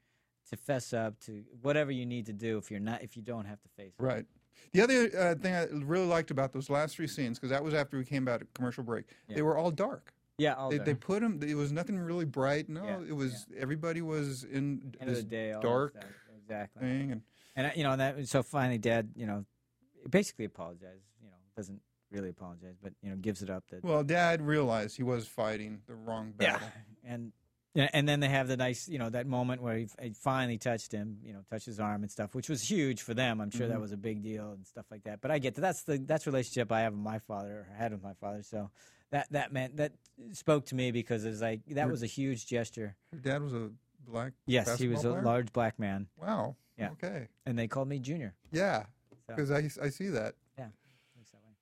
Speaker 3: to fess up to whatever you need to do if you're not if you don't have to face. it.
Speaker 1: Right. The other uh, thing I really liked about those last three scenes, because that was after we came out at commercial break, they were all dark.
Speaker 3: Yeah, all
Speaker 1: They,
Speaker 3: done.
Speaker 1: they put them. It was nothing really bright. No,
Speaker 3: Yeah,
Speaker 1: it was everybody was in
Speaker 3: End of
Speaker 1: this
Speaker 3: the day, all that
Speaker 1: dark
Speaker 3: stuff. Exactly.
Speaker 1: thing, and
Speaker 3: And uh, you know, and that so finally, Dad, you know, basically apologizes. You know, doesn't really apologize, but you know, gives it up. That
Speaker 1: well, Dad realized he was fighting the wrong battle.
Speaker 3: and yeah, and then they have the nice, you know, that moment where he, f- he finally touched him, you know, touched his arm and stuff, which was huge for them. I'm sure
Speaker 1: Mm-hmm.
Speaker 3: that was a big deal and stuff like that. But I get that. That's the that's the relationship I have with my father or had with my father. So that that meant that spoke to me because it was like that was a huge gesture.
Speaker 1: Your dad was a black.
Speaker 3: Yes, he was a
Speaker 1: basketball player?
Speaker 3: large black man,
Speaker 1: Wow.
Speaker 3: Yeah.
Speaker 1: Okay.
Speaker 3: and they called me Junior.
Speaker 1: Yeah.
Speaker 3: So-
Speaker 1: Because I, I see that.
Speaker 3: Thanks that way.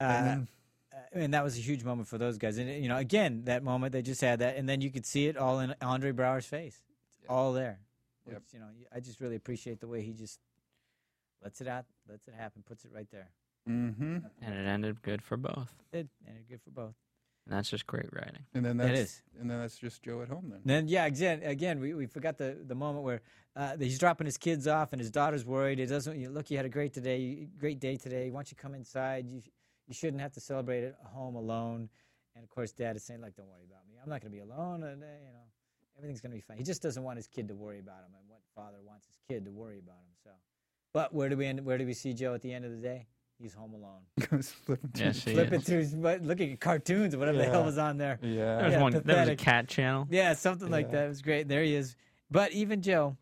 Speaker 3: Uh,
Speaker 1: And then-
Speaker 3: uh, and that was a huge moment for those guys. And uh, you know, again, that moment they just had that, and then you could see it all in Andre Brower's face, It's all there. Which,
Speaker 1: Yep.
Speaker 3: You know, you- I just really appreciate the way he just lets it out, lets it happen, puts it right there.
Speaker 1: Mm-hmm.
Speaker 2: and it ended good for both.
Speaker 3: It, and it's good for both.
Speaker 2: And that's just great writing.
Speaker 1: And then that's
Speaker 3: is.
Speaker 1: and then that's just Joe at home then.
Speaker 3: And then yeah, again, again, we, we forgot the the moment where uh, he's dropping his kids off, and his daughter's worried. It doesn't you, look. You had a great today, great day today. Why don't you come inside? You you shouldn't have to celebrate at home alone. And of course, Dad is saying like, "Don't worry about me. I'm not going to be alone. And uh, you know, everything's going to be fine." He just doesn't want his kid to worry about him, and what father wants his kid to worry about him. So, but where do we end? Where do we see Joe at the end of the day? He's home alone,
Speaker 1: Goes flipping through
Speaker 2: Yeah,
Speaker 1: the-
Speaker 2: see,
Speaker 3: flipping through, his- what- looking at cartoons or whatever the hell
Speaker 1: Yeah.
Speaker 3: was on there.
Speaker 1: Yeah.
Speaker 2: There was
Speaker 3: Yeah,
Speaker 2: one. There was a
Speaker 3: pathetic.
Speaker 2: cat channel.
Speaker 3: Yeah, something like
Speaker 1: Yeah.
Speaker 3: that. It was great. There he is. But even Joe,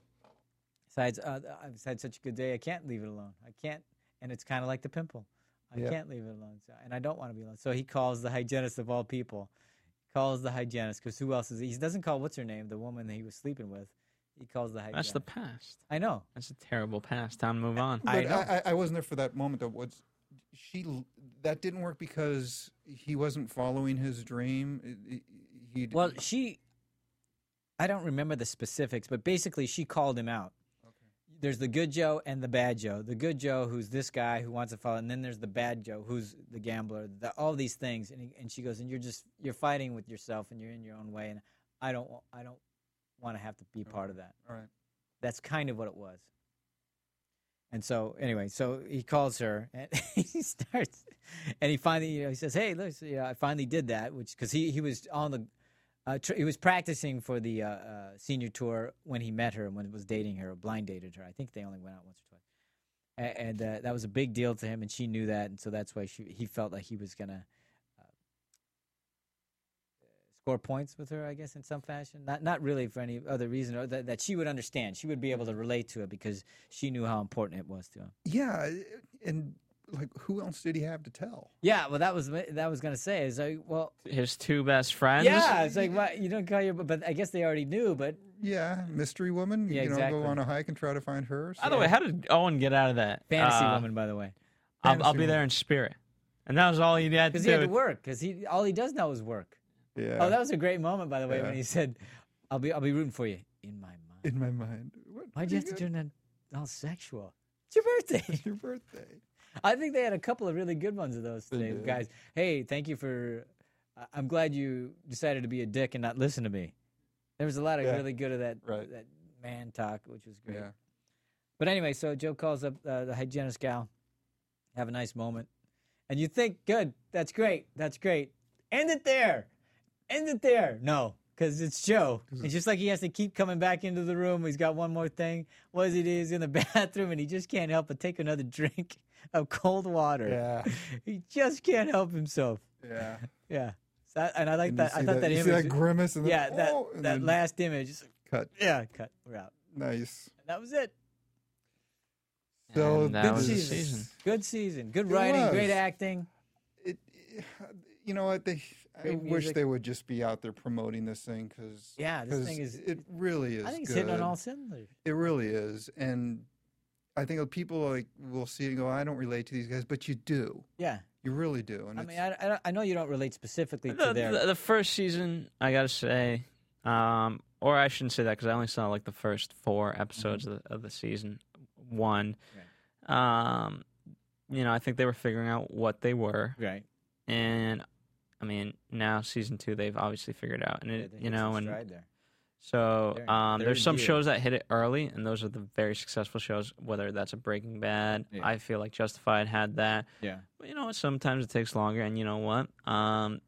Speaker 3: besides, uh, I've had such a good day. I can't leave it alone. I can't. And it's kind of like the pimple. I
Speaker 1: Yeah.
Speaker 3: can't leave it alone. So, and I don't want to be alone. So he calls the hygienist of all people. Calls the hygienist because who else is he? He doesn't call what's her name, the woman that he was sleeping with. He calls the hygienist.
Speaker 2: That's the past.
Speaker 3: I know.
Speaker 2: That's a terrible past. Time to move on.
Speaker 3: I
Speaker 1: But
Speaker 3: know.
Speaker 1: I, I, I wasn't there for that moment though. What's she? l- That didn't work because he wasn't following his dream. He,
Speaker 3: Well, she. I don't remember the specifics, but basically she called him out. There's the good Joe and the bad Joe. The good Joe, who's this guy who wants to follow, and then there's the bad Joe, who's the gambler. The, all these things, and, he, and she goes, and you're just you're fighting with yourself, and you're in your own way, and I don't wa- I don't want to have to be part of that.
Speaker 1: All right.
Speaker 3: That's kind of what it was. And so, anyway, so he calls her and he starts, and he finally, you know, he says, "Hey, look, so, you know, I finally did that," which because he he was on the, uh, tr- he was practicing for the uh, uh, senior tour when he met her and when he was dating her, or blind dated her. I think they only went out once or twice, A- and, uh, that was a big deal to him, and she knew that, and so that's why she he felt like he was gonna. uh, Score points with her, I guess, in some fashion. Not not really for any other reason, or that, that she would understand. She would be able to relate to it because she knew how important it was to him.
Speaker 1: Yeah, and like, who else did he have to tell?
Speaker 3: Yeah, well, that was that was gonna say is like, well,
Speaker 2: His two best friends.
Speaker 3: yeah, it's like well, you don't call your, but I guess they already knew. But
Speaker 1: Yeah, mystery woman.
Speaker 3: Yeah,
Speaker 1: you know,
Speaker 3: exactly.
Speaker 1: go on a hike and try to find her.
Speaker 2: By the way, how did Owen get out of that?
Speaker 3: fantasy
Speaker 2: Uh,
Speaker 3: woman, by the way,
Speaker 2: I'll, I'll
Speaker 1: Fantasy
Speaker 2: be there in spirit. And that was all he had to
Speaker 3: because
Speaker 2: do.
Speaker 3: he had to work, because he all he does now is work.
Speaker 1: yeah,
Speaker 3: Oh, that was a great moment, by the way, when
Speaker 1: Yeah.
Speaker 3: he said, "I'll be I'll be rooting for you in my mind."
Speaker 1: in my mind. What,
Speaker 3: Why'd you have to turn that all sexual? It's your birthday.
Speaker 1: It's your birthday.
Speaker 3: I think they had a couple of really good ones of those today,
Speaker 1: did.
Speaker 3: guys. Hey, thank you for. I- I'm glad you decided to be a dick and not listen to me. There was a lot of
Speaker 1: Yeah.
Speaker 3: really good of that
Speaker 1: Right.
Speaker 3: that man talk, which was great.
Speaker 1: Yeah.
Speaker 3: But anyway, so Joe calls up uh, the hygienist gal. Have a nice moment, and you think, good, that's great, that's great. End it there, end it there. No, because it's Joe.
Speaker 1: Mm-hmm.
Speaker 3: It's just like he has to keep coming back into the room. He's got one more thing. What is it? He's in the bathroom, and he just can't help but take another drink of cold water.
Speaker 1: Yeah.
Speaker 3: He just can't help himself.
Speaker 1: Yeah.
Speaker 3: Yeah. So I- and I like
Speaker 1: And you
Speaker 3: that. I
Speaker 1: see
Speaker 3: thought that,
Speaker 1: you
Speaker 3: image.
Speaker 1: see that grimace and then,
Speaker 3: yeah, that,
Speaker 1: "Oh," and
Speaker 3: that
Speaker 1: then
Speaker 3: last image. it's like,
Speaker 1: cut.
Speaker 3: yeah, cut. We're out.
Speaker 1: Nice.
Speaker 3: And that was it.
Speaker 1: So
Speaker 2: And that
Speaker 1: this
Speaker 3: was the
Speaker 1: is-
Speaker 2: season.
Speaker 3: Good season. Good writing. Great
Speaker 1: was.
Speaker 3: acting.
Speaker 1: It, you know what? They, I
Speaker 3: Great
Speaker 1: wish
Speaker 3: music.
Speaker 1: they would just be out there promoting this thing because
Speaker 3: Yeah, this thing is-
Speaker 1: it really is.
Speaker 3: I think it's
Speaker 1: good.
Speaker 3: hitting on all cylinders.
Speaker 1: It really is, and I think people like will see it and go, "I don't relate to these guys," but you do.
Speaker 3: Yeah.
Speaker 1: You really do. And
Speaker 3: I
Speaker 1: it's,
Speaker 3: mean, I, I, don't- I know you don't relate specifically
Speaker 2: the,
Speaker 3: to their.
Speaker 2: the- the first season, I gotta say, um, or I shouldn't say that because I only saw like the first four episodes
Speaker 3: Mm-hmm.
Speaker 2: of, the, of the season one. Um, you know, I think they were figuring out what they were,
Speaker 3: right.
Speaker 2: and I mean, now season two, they've obviously figured out, and
Speaker 3: Yeah,
Speaker 2: it,
Speaker 3: they
Speaker 2: you
Speaker 3: hit some
Speaker 2: know, and
Speaker 3: stride there.
Speaker 2: so
Speaker 3: They're-
Speaker 2: um,
Speaker 3: they're
Speaker 2: there's some
Speaker 3: endearing.
Speaker 2: shows that hit it early, and those are the very successful shows. Whether that's a Breaking Bad,
Speaker 3: Yeah.
Speaker 2: I feel like Justified had that.
Speaker 3: Yeah.
Speaker 2: But you know what? Sometimes it takes longer, and you know what? Um,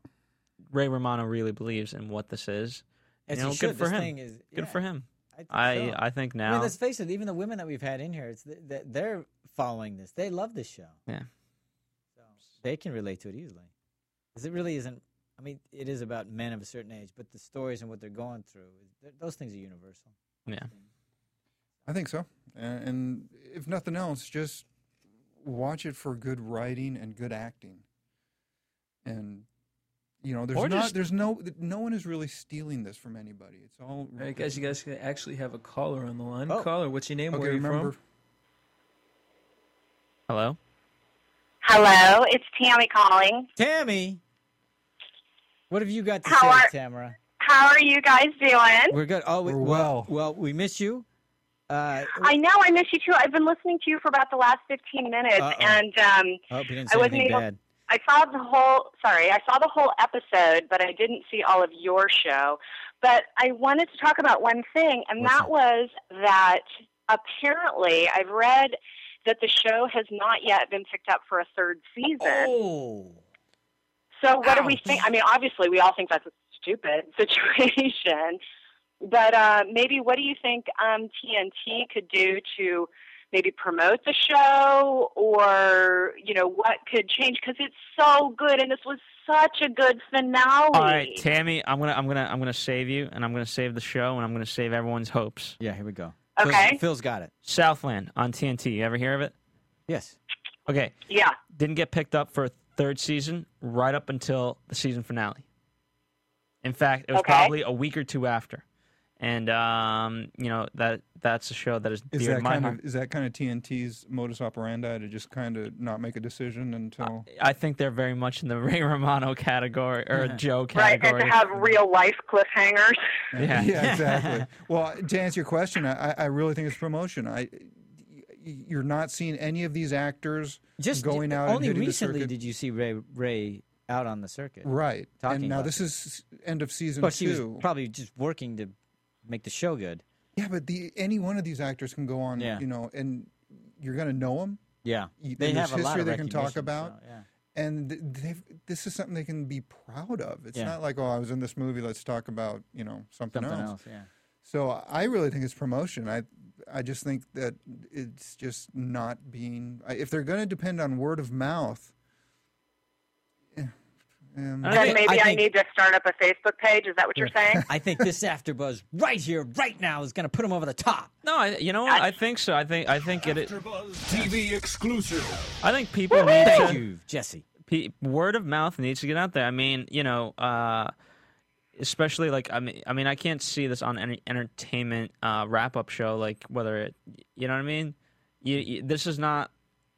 Speaker 2: Ray Romano really believes in what this is.
Speaker 3: As
Speaker 2: you
Speaker 3: you
Speaker 2: know,
Speaker 3: should,
Speaker 2: good for
Speaker 3: this
Speaker 2: him.
Speaker 3: thing is-
Speaker 2: good
Speaker 3: yeah,
Speaker 2: for him.
Speaker 3: I think
Speaker 2: I
Speaker 3: so.
Speaker 2: I think
Speaker 3: I mean,
Speaker 2: now.
Speaker 3: let's face it. Even the women that we've had in here, it's th- th- they're following this. They love this show.
Speaker 2: Yeah.
Speaker 3: So they can relate to it easily, because it really isn't. I mean, it is about men of a certain age, but the stories and what they're going through, th- those things are universal.
Speaker 2: yeah.
Speaker 1: I think so. And, and if nothing else, just watch it for good writing and good acting. And you know, there's
Speaker 2: Or
Speaker 1: not,
Speaker 2: just-
Speaker 1: there's no, no one is really stealing this from anybody. It's all
Speaker 4: All right, guys, you guys actually have a caller on the line.
Speaker 3: Oh.
Speaker 4: Caller, what's your name?
Speaker 1: Okay,
Speaker 4: Where are you
Speaker 1: remember,
Speaker 4: from?
Speaker 2: Hello.
Speaker 5: Hello, it's Tammy calling.
Speaker 3: Tammy, what have you got to
Speaker 5: How
Speaker 3: say,
Speaker 5: are-
Speaker 3: Tamara?
Speaker 5: How are you guys doing?
Speaker 3: We're good. Oh, we,
Speaker 1: We're
Speaker 3: well,
Speaker 1: well.
Speaker 3: well, we miss you. Uh,
Speaker 5: I know I miss you too. I've been listening to you for about the last 15 minutes
Speaker 3: Uh-oh.
Speaker 5: and um
Speaker 3: I hope you didn't
Speaker 5: I
Speaker 3: say
Speaker 5: wasn't
Speaker 3: anything
Speaker 5: able-
Speaker 3: bad.
Speaker 5: I saw the whole sorry, I saw the whole episode, but I didn't see all of your show. But I wanted to talk about one thing and
Speaker 3: What's
Speaker 5: that
Speaker 3: that?
Speaker 5: was that apparently I've read that the show has not yet been picked up for a third season.
Speaker 3: Oh,
Speaker 5: So what do we think? I mean, obviously, we all think that's a stupid situation, but uh, maybe what do you think um, TNT could do to maybe promote the show, or you know, what could change? Because it's so good, and this was such a good finale.
Speaker 2: All right, Tammy. I'm gonna I'm gonna I'm gonna save you, and I'm gonna save the show, and I'm gonna save everyone's hopes.
Speaker 3: yeah. Here we go.
Speaker 5: Okay.
Speaker 3: Phil's, Phil's got it.
Speaker 2: Southland on TNT. You ever hear of it?
Speaker 3: Yes.
Speaker 2: Okay.
Speaker 5: yeah.
Speaker 2: Didn't get picked up for a third season right up until the season finale. In fact, it was
Speaker 5: Okay.
Speaker 2: probably a week or two after. and um, you know that that's a show that is dear
Speaker 1: Is
Speaker 2: to
Speaker 1: that
Speaker 2: my
Speaker 1: kind
Speaker 2: heart.
Speaker 1: of is that kind of TNT's modus operandi to just kind of not make a decision until?
Speaker 2: I think they're very much in the Ray Romano category or Joe
Speaker 5: Right, and to
Speaker 2: category.
Speaker 5: have real life cliffhangers.
Speaker 2: yeah.
Speaker 1: yeah, exactly. well, to answer your question, I, I- I really think it's promotion. I, y- you're not seeing any of these actors
Speaker 3: Just
Speaker 1: going out.
Speaker 3: Only
Speaker 1: and hitting
Speaker 3: recently
Speaker 1: the circuit.
Speaker 3: did you see Ray Ray out on the circuit,
Speaker 1: right.
Speaker 3: talking
Speaker 1: and now
Speaker 3: about
Speaker 1: this is end of season
Speaker 3: but she
Speaker 1: two.
Speaker 3: was probably just working to make the show good.
Speaker 1: yeah, but the any one of these actors can go on.
Speaker 3: Yeah.
Speaker 1: You know, and you're gonna know them,
Speaker 3: Yeah,
Speaker 1: You-
Speaker 3: they
Speaker 1: and
Speaker 3: have
Speaker 1: there's
Speaker 3: a lot
Speaker 1: history
Speaker 3: of
Speaker 1: they can talk
Speaker 3: recognition,
Speaker 1: about.
Speaker 3: so, yeah.
Speaker 1: and th- they've, this is something they can be proud of. It's
Speaker 3: Yeah.
Speaker 1: not like oh, I was in this movie. Let's talk about you know something,
Speaker 3: Something
Speaker 1: else.
Speaker 3: else, yeah.
Speaker 1: So I really think it's promotion. I I just think that it's just not being. I- If they're going to depend on word of mouth, eh, um,
Speaker 2: I
Speaker 5: Then
Speaker 2: think-
Speaker 5: maybe
Speaker 3: I
Speaker 5: I,
Speaker 3: think-
Speaker 5: need to start up a Facebook page. Is that what you're saying?
Speaker 3: I think this AfterBuzz right here, right now, is going to put him over the top.
Speaker 2: no, I, you know what? I think so. I think I think it.
Speaker 6: AfterBuzz
Speaker 7: TV exclusive.
Speaker 2: I think people need
Speaker 3: Thank
Speaker 2: to.
Speaker 3: you, Jesse.
Speaker 2: pe- word of mouth needs to get out there. I mean, you know, uh, especially like I mean, I mean, I can't see this on any entertainment uh, wrap up show. Like whether it, you know what I mean? You, you, this is not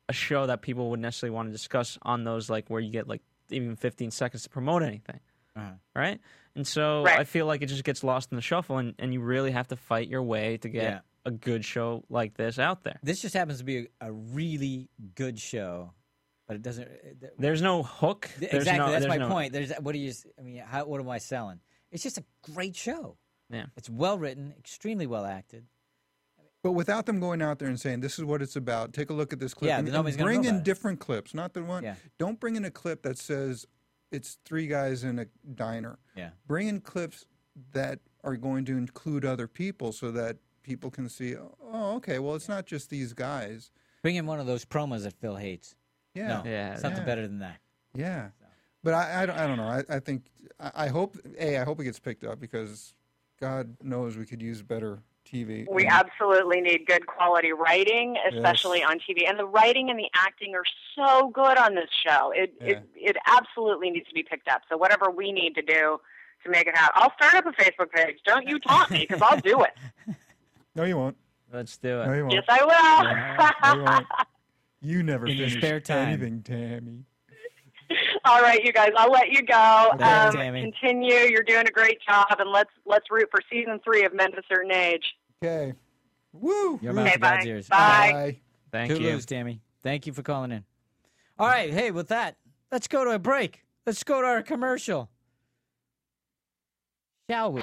Speaker 2: a show that people would necessarily want to discuss on those like where you get like even 15 seconds to promote anything.
Speaker 3: Mm-hmm.
Speaker 2: Right, and so
Speaker 5: Right.
Speaker 2: I feel like it just gets lost in the shuffle, and, and you really have to fight your way to get
Speaker 3: Yeah.
Speaker 2: a good show like this out there.
Speaker 3: This just happens to be a, a really good show, but it doesn't. it- th-
Speaker 2: There's no hook. There's
Speaker 3: exactly,
Speaker 2: no,
Speaker 3: that's
Speaker 2: there's
Speaker 3: my
Speaker 2: no-
Speaker 3: point. There's what are you? s- I mean, how, what am I selling? It's just a great show.
Speaker 2: Yeah.
Speaker 3: it's well written, extremely well acted.
Speaker 1: but without them going out there and saying this is what it's about, take a look at this clip.
Speaker 3: Yeah,
Speaker 1: and,
Speaker 3: then
Speaker 1: and
Speaker 3: nobody's gonna
Speaker 1: bring
Speaker 3: know
Speaker 1: in
Speaker 3: about it.
Speaker 1: different clips, not the one.
Speaker 3: Yeah.
Speaker 1: Don't bring in a clip that says it's three guys in a diner.
Speaker 3: Yeah.
Speaker 1: Bring in clips that are going to include other people, so that people can see. Oh, okay. Well, it's not just these guys.
Speaker 3: Bring in one of those promos that Phil hates.
Speaker 1: Yeah.
Speaker 3: No,
Speaker 2: Yeah.
Speaker 3: something
Speaker 1: Yeah.
Speaker 3: better than that.
Speaker 1: Yeah, but I, I, don't, I don't know. I, I think I, I hope a I hope it gets picked up because God knows we could use better TV.
Speaker 5: We
Speaker 1: And-
Speaker 5: absolutely need good quality writing, especially on TV. And the writing and the acting are so good on this show. It it it absolutely needs to be picked up. So whatever we need to do to make it happen, I'll start up a Facebook page. Don't you taunt me because I'll do it.
Speaker 1: no, you won't.
Speaker 2: Let's do it.
Speaker 1: No, you won't.
Speaker 5: Yes, I will.
Speaker 1: No, you won't. You never
Speaker 3: In your
Speaker 1: finish
Speaker 3: spare time.
Speaker 1: anything, Tammy.
Speaker 5: All right, you guys, I'll let you go.
Speaker 3: Okay,
Speaker 5: Um,
Speaker 3: Tammy.
Speaker 5: continue. You're doing a great job, and let's let's root for season three of Men of a Certain Age.
Speaker 1: Okay. Woo.
Speaker 3: Your
Speaker 1: Woo.
Speaker 3: mouth
Speaker 5: Okay,
Speaker 3: to God's
Speaker 5: bye.
Speaker 3: ears.
Speaker 5: Bye.
Speaker 2: Thank
Speaker 3: Two
Speaker 2: you.
Speaker 3: Toodaloos, Tammy. Thank you for calling in. All right, hey, with that, let's go to a break. Let's go to our commercial. Shall we?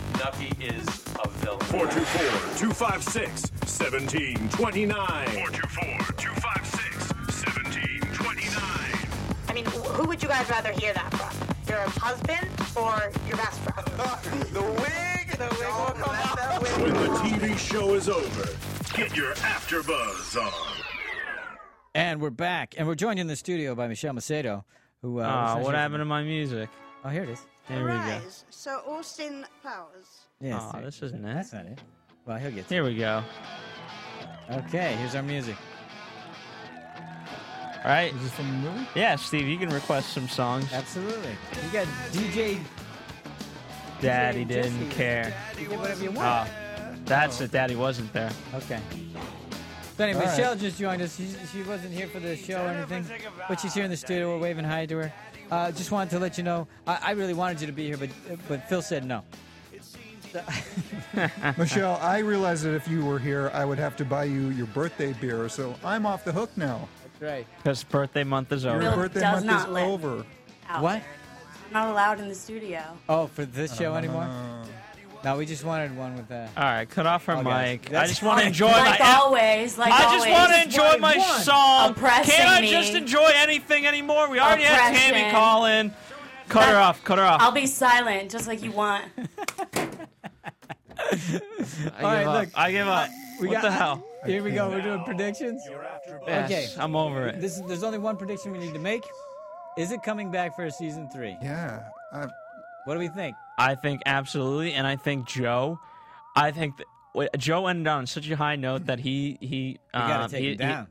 Speaker 8: Nucky is a villain.
Speaker 7: 424-256-1729. 424-256-1729.
Speaker 9: I mean, wh- who would you guys rather hear that from? Your husband or your best friend?
Speaker 8: the wig! The wig will come out. That wig.
Speaker 7: When the TV show is over, get your AfterBuzz on.
Speaker 3: And we're back, and we're joined in the studio by Michelle Macedo, who.
Speaker 2: Aw, Oh, what
Speaker 3: Uh, was actually-
Speaker 2: happened to my music?
Speaker 3: Oh, here it is.
Speaker 2: Here we go.
Speaker 9: So Austin Powers.
Speaker 3: Yes,
Speaker 2: Aw,
Speaker 3: there-
Speaker 2: this isn't it.
Speaker 3: That's not it. Well, he'll get to
Speaker 2: Here we go.
Speaker 3: it. Okay, here's our music.
Speaker 2: All right.
Speaker 1: Is this from a movie?
Speaker 2: Yeah, Steve, you can request some songs.
Speaker 3: Absolutely. You got DJ.
Speaker 2: Daddy didn't
Speaker 3: Jesse.
Speaker 2: care.
Speaker 3: You get whatever you want.
Speaker 2: Oh, that's it. Daddy wasn't there.
Speaker 3: Okay. So anyway,
Speaker 1: All right.
Speaker 3: Michelle just joined us. She, she wasn't here for the show or anything, but she's here in the studio. We're waving hi to her. Uh, just wanted to let you know, I, I really wanted you to be here, but but Phil said no.
Speaker 1: Michelle, I realized that if you were here, I would have to buy you your birthday beer, so I'm off the hook now.
Speaker 3: That's right.
Speaker 2: Because birthday month is
Speaker 1: Your
Speaker 2: over.
Speaker 1: birthday
Speaker 9: does
Speaker 1: month
Speaker 9: not
Speaker 1: is
Speaker 9: let-
Speaker 1: over.
Speaker 3: What?
Speaker 9: I'm not allowed in the studio.
Speaker 3: Oh, for this show anymore?
Speaker 1: Uh,
Speaker 3: No, we just wanted one with uh, that.
Speaker 2: All right, cut off her
Speaker 3: Okay.
Speaker 2: mic. I
Speaker 3: Oh, That's
Speaker 2: just want to
Speaker 3: fine.
Speaker 2: enjoy my.
Speaker 9: Like always, like
Speaker 2: Oh, I just
Speaker 9: always.
Speaker 2: want to enjoy my
Speaker 3: one.
Speaker 2: song.
Speaker 9: Oppressing
Speaker 2: Can't I
Speaker 9: me.
Speaker 2: just enjoy anything anymore? We already had Tammy
Speaker 9: Oppression.
Speaker 2: call in. Cut her
Speaker 9: That-
Speaker 2: off. Cut her off.
Speaker 9: I'll be silent, just like you want.
Speaker 2: I give up. I give up. What the hell?
Speaker 3: Here we go. We're doing predictions.
Speaker 2: Yes, I'm over it.
Speaker 3: This is, there's only one prediction we need to make. Is it coming back for a season three?
Speaker 1: Yeah.
Speaker 3: what do we think?
Speaker 2: I think absolutely, and I think Joe. I think that, wait, Joe ended on such a high note that he he um,
Speaker 3: gotta take
Speaker 2: he-
Speaker 3: him
Speaker 2: he-
Speaker 3: down.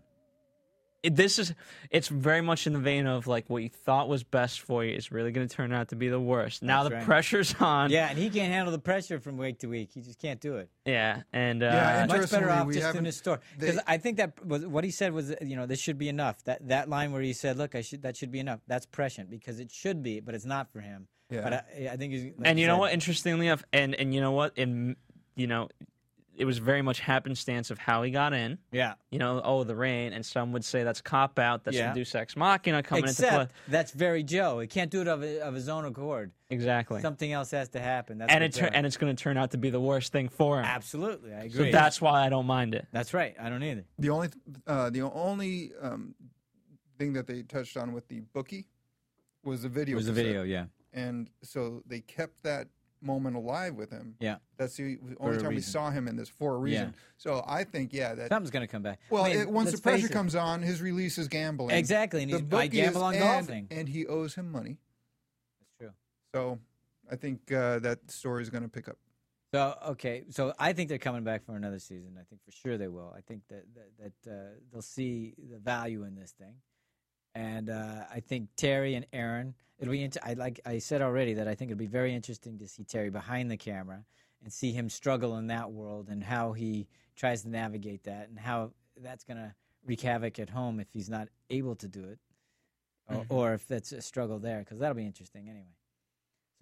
Speaker 2: it- this is it's very much in the vein of like what you thought was best for you is really going to turn out to be the worst. Now
Speaker 3: That's
Speaker 2: the
Speaker 3: right.
Speaker 2: pressure's on.
Speaker 3: Yeah, and he can't handle the pressure from week to week. He just can't do it.
Speaker 2: Yeah, and uh,
Speaker 1: Yeah,
Speaker 3: much
Speaker 1: and-
Speaker 3: better
Speaker 1: Interestingly,
Speaker 3: off
Speaker 1: we
Speaker 3: just in
Speaker 1: haven't-
Speaker 3: his store because
Speaker 1: they-
Speaker 3: I think that was what he said was you know this should be enough. That that line where he said, "Look, I should that should be enough." That's prescient because it should be, but it's not for him.
Speaker 1: Yeah.
Speaker 3: But I, I think he's like
Speaker 2: and you know
Speaker 3: said,
Speaker 2: what? Interestingly enough, and and you know what? And you know, it was very much happenstance of how he got in.
Speaker 3: Yeah,
Speaker 2: You know, oh the rain, and some would say that's cop out. That's
Speaker 3: Yeah.
Speaker 2: yeah. Deus Ex Machina coming into
Speaker 3: except
Speaker 2: play.
Speaker 3: that's very Joe. He can't do it of, of his own accord.
Speaker 2: Exactly.
Speaker 3: Something else has to happen. That's
Speaker 2: and
Speaker 3: what
Speaker 2: it tur-
Speaker 3: Joe-
Speaker 2: and it's going to turn out to be the worst thing for him.
Speaker 3: absolutely, I
Speaker 2: So
Speaker 3: agree.
Speaker 2: that's why I don't mind it.
Speaker 3: that's right. I don't either.
Speaker 1: The only th- uh, the only um, thing that they touched on with the bookie was the video. cassette.
Speaker 3: yeah,
Speaker 1: and so they kept that moment alive with him.
Speaker 3: yeah.
Speaker 1: That's the
Speaker 3: a
Speaker 1: only time we
Speaker 3: reason.
Speaker 1: saw him in this for a reason. So I think, yeah, that.
Speaker 3: Something's gonna come back.
Speaker 1: well,
Speaker 3: I mean,
Speaker 1: it, once the
Speaker 3: let's face
Speaker 1: pressure
Speaker 3: it.
Speaker 1: comes on, his release is gambling.
Speaker 3: Exactly, and
Speaker 1: The
Speaker 3: he's- I
Speaker 1: bookie is-
Speaker 3: gamble on
Speaker 1: and-
Speaker 3: golfing.
Speaker 1: and he owes him money.
Speaker 3: That's true.
Speaker 1: So I think uh, that story is going to pick up.
Speaker 3: So okay, so I think they're coming back for another season. I think for sure they will. I think that that, that uh, they'll see the value in this thing, and uh, I think Terry and Aaron. It'll be. Inter- I like I said already that I think it'll be very interesting to see Terry behind the camera and see him struggle in that world and how he tries to navigate that and how that's gonna wreak havoc at home if he's not able to do it, or,
Speaker 1: Mm-hmm.
Speaker 3: or if that's a struggle there because that'll be interesting anyway.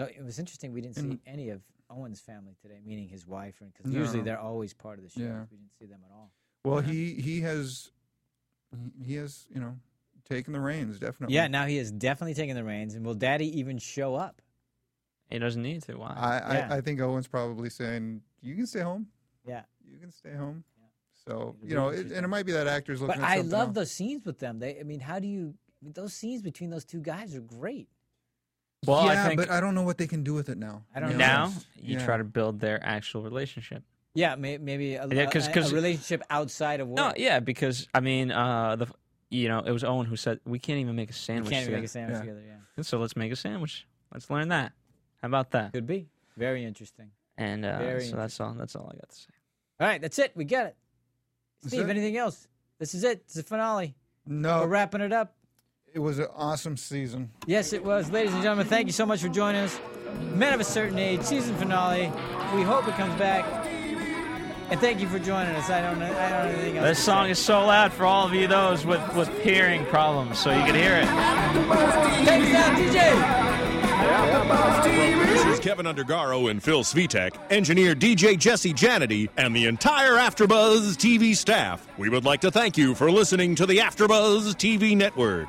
Speaker 3: So it was interesting. We didn't see any of Owen's family today, meaning his wife, and because usually
Speaker 1: Mm-hmm. No.
Speaker 3: they're always part of the show.
Speaker 1: Yeah.
Speaker 3: We didn't see them at all.
Speaker 1: Well, he he has he has you know taken the reins definitely.
Speaker 3: Yeah, now he is definitely taking the reins, and will Daddy even show up?
Speaker 2: He doesn't need to. Why?
Speaker 1: I,
Speaker 3: Yeah.
Speaker 1: I I think Owen's probably saying you can stay home.
Speaker 3: Yeah,
Speaker 1: You can stay home. So
Speaker 3: It'll be
Speaker 1: you know, it, and it
Speaker 3: interesting.
Speaker 1: might be that actors looking.
Speaker 3: but
Speaker 1: at
Speaker 3: I
Speaker 1: something
Speaker 3: love
Speaker 1: else.
Speaker 3: those scenes with them. They, I mean, how do you? I mean, those scenes between those two guys are great.
Speaker 2: Well,
Speaker 1: yeah,
Speaker 2: I think
Speaker 1: but I don't know what they can do with it now.
Speaker 3: I don't
Speaker 1: You
Speaker 3: know.
Speaker 2: now
Speaker 1: it's-
Speaker 2: you
Speaker 1: yeah.
Speaker 2: try to build their actual relationship.
Speaker 3: Yeah, may, maybe a,
Speaker 2: Yeah, 'cause-
Speaker 3: a- a
Speaker 2: 'cause-
Speaker 3: relationship outside of work.
Speaker 2: No, yeah, because I mean, uh, the you know, it was Owen who said we can't even make a
Speaker 3: you
Speaker 2: sandwich.
Speaker 3: can't even make a
Speaker 2: together."
Speaker 3: sandwich
Speaker 1: Yeah.
Speaker 3: together. Yeah,
Speaker 2: So let's make a sandwich. Let's learn that. How about that?
Speaker 3: could be very interesting.
Speaker 2: And uh,
Speaker 3: Very
Speaker 2: so that's all. That's all I got to say.
Speaker 3: All right, that's it. We got it.
Speaker 1: That's
Speaker 3: Steve,
Speaker 1: it.
Speaker 3: anything else? This is it. It's the finale.
Speaker 1: No,
Speaker 3: We're wrapping it up.
Speaker 1: it was an awesome season.
Speaker 3: Yes, it was. Ladies and gentlemen, thank you so much for joining us. Men of a Certain Age, season finale. We hope it comes back. And thank you for joining us. I don't know, I don't know anything else.
Speaker 2: This
Speaker 3: to
Speaker 2: song
Speaker 3: say.
Speaker 2: is so loud for all of you those with with hearing problems, so you can hear it.
Speaker 3: Take us out, DJ!
Speaker 7: Producers Kevin Undergaro and Phil Svitek, engineer DJ Jesse Janity, and the entire AfterBuzz TV staff. We would like to thank you for listening to the AfterBuzz TV network.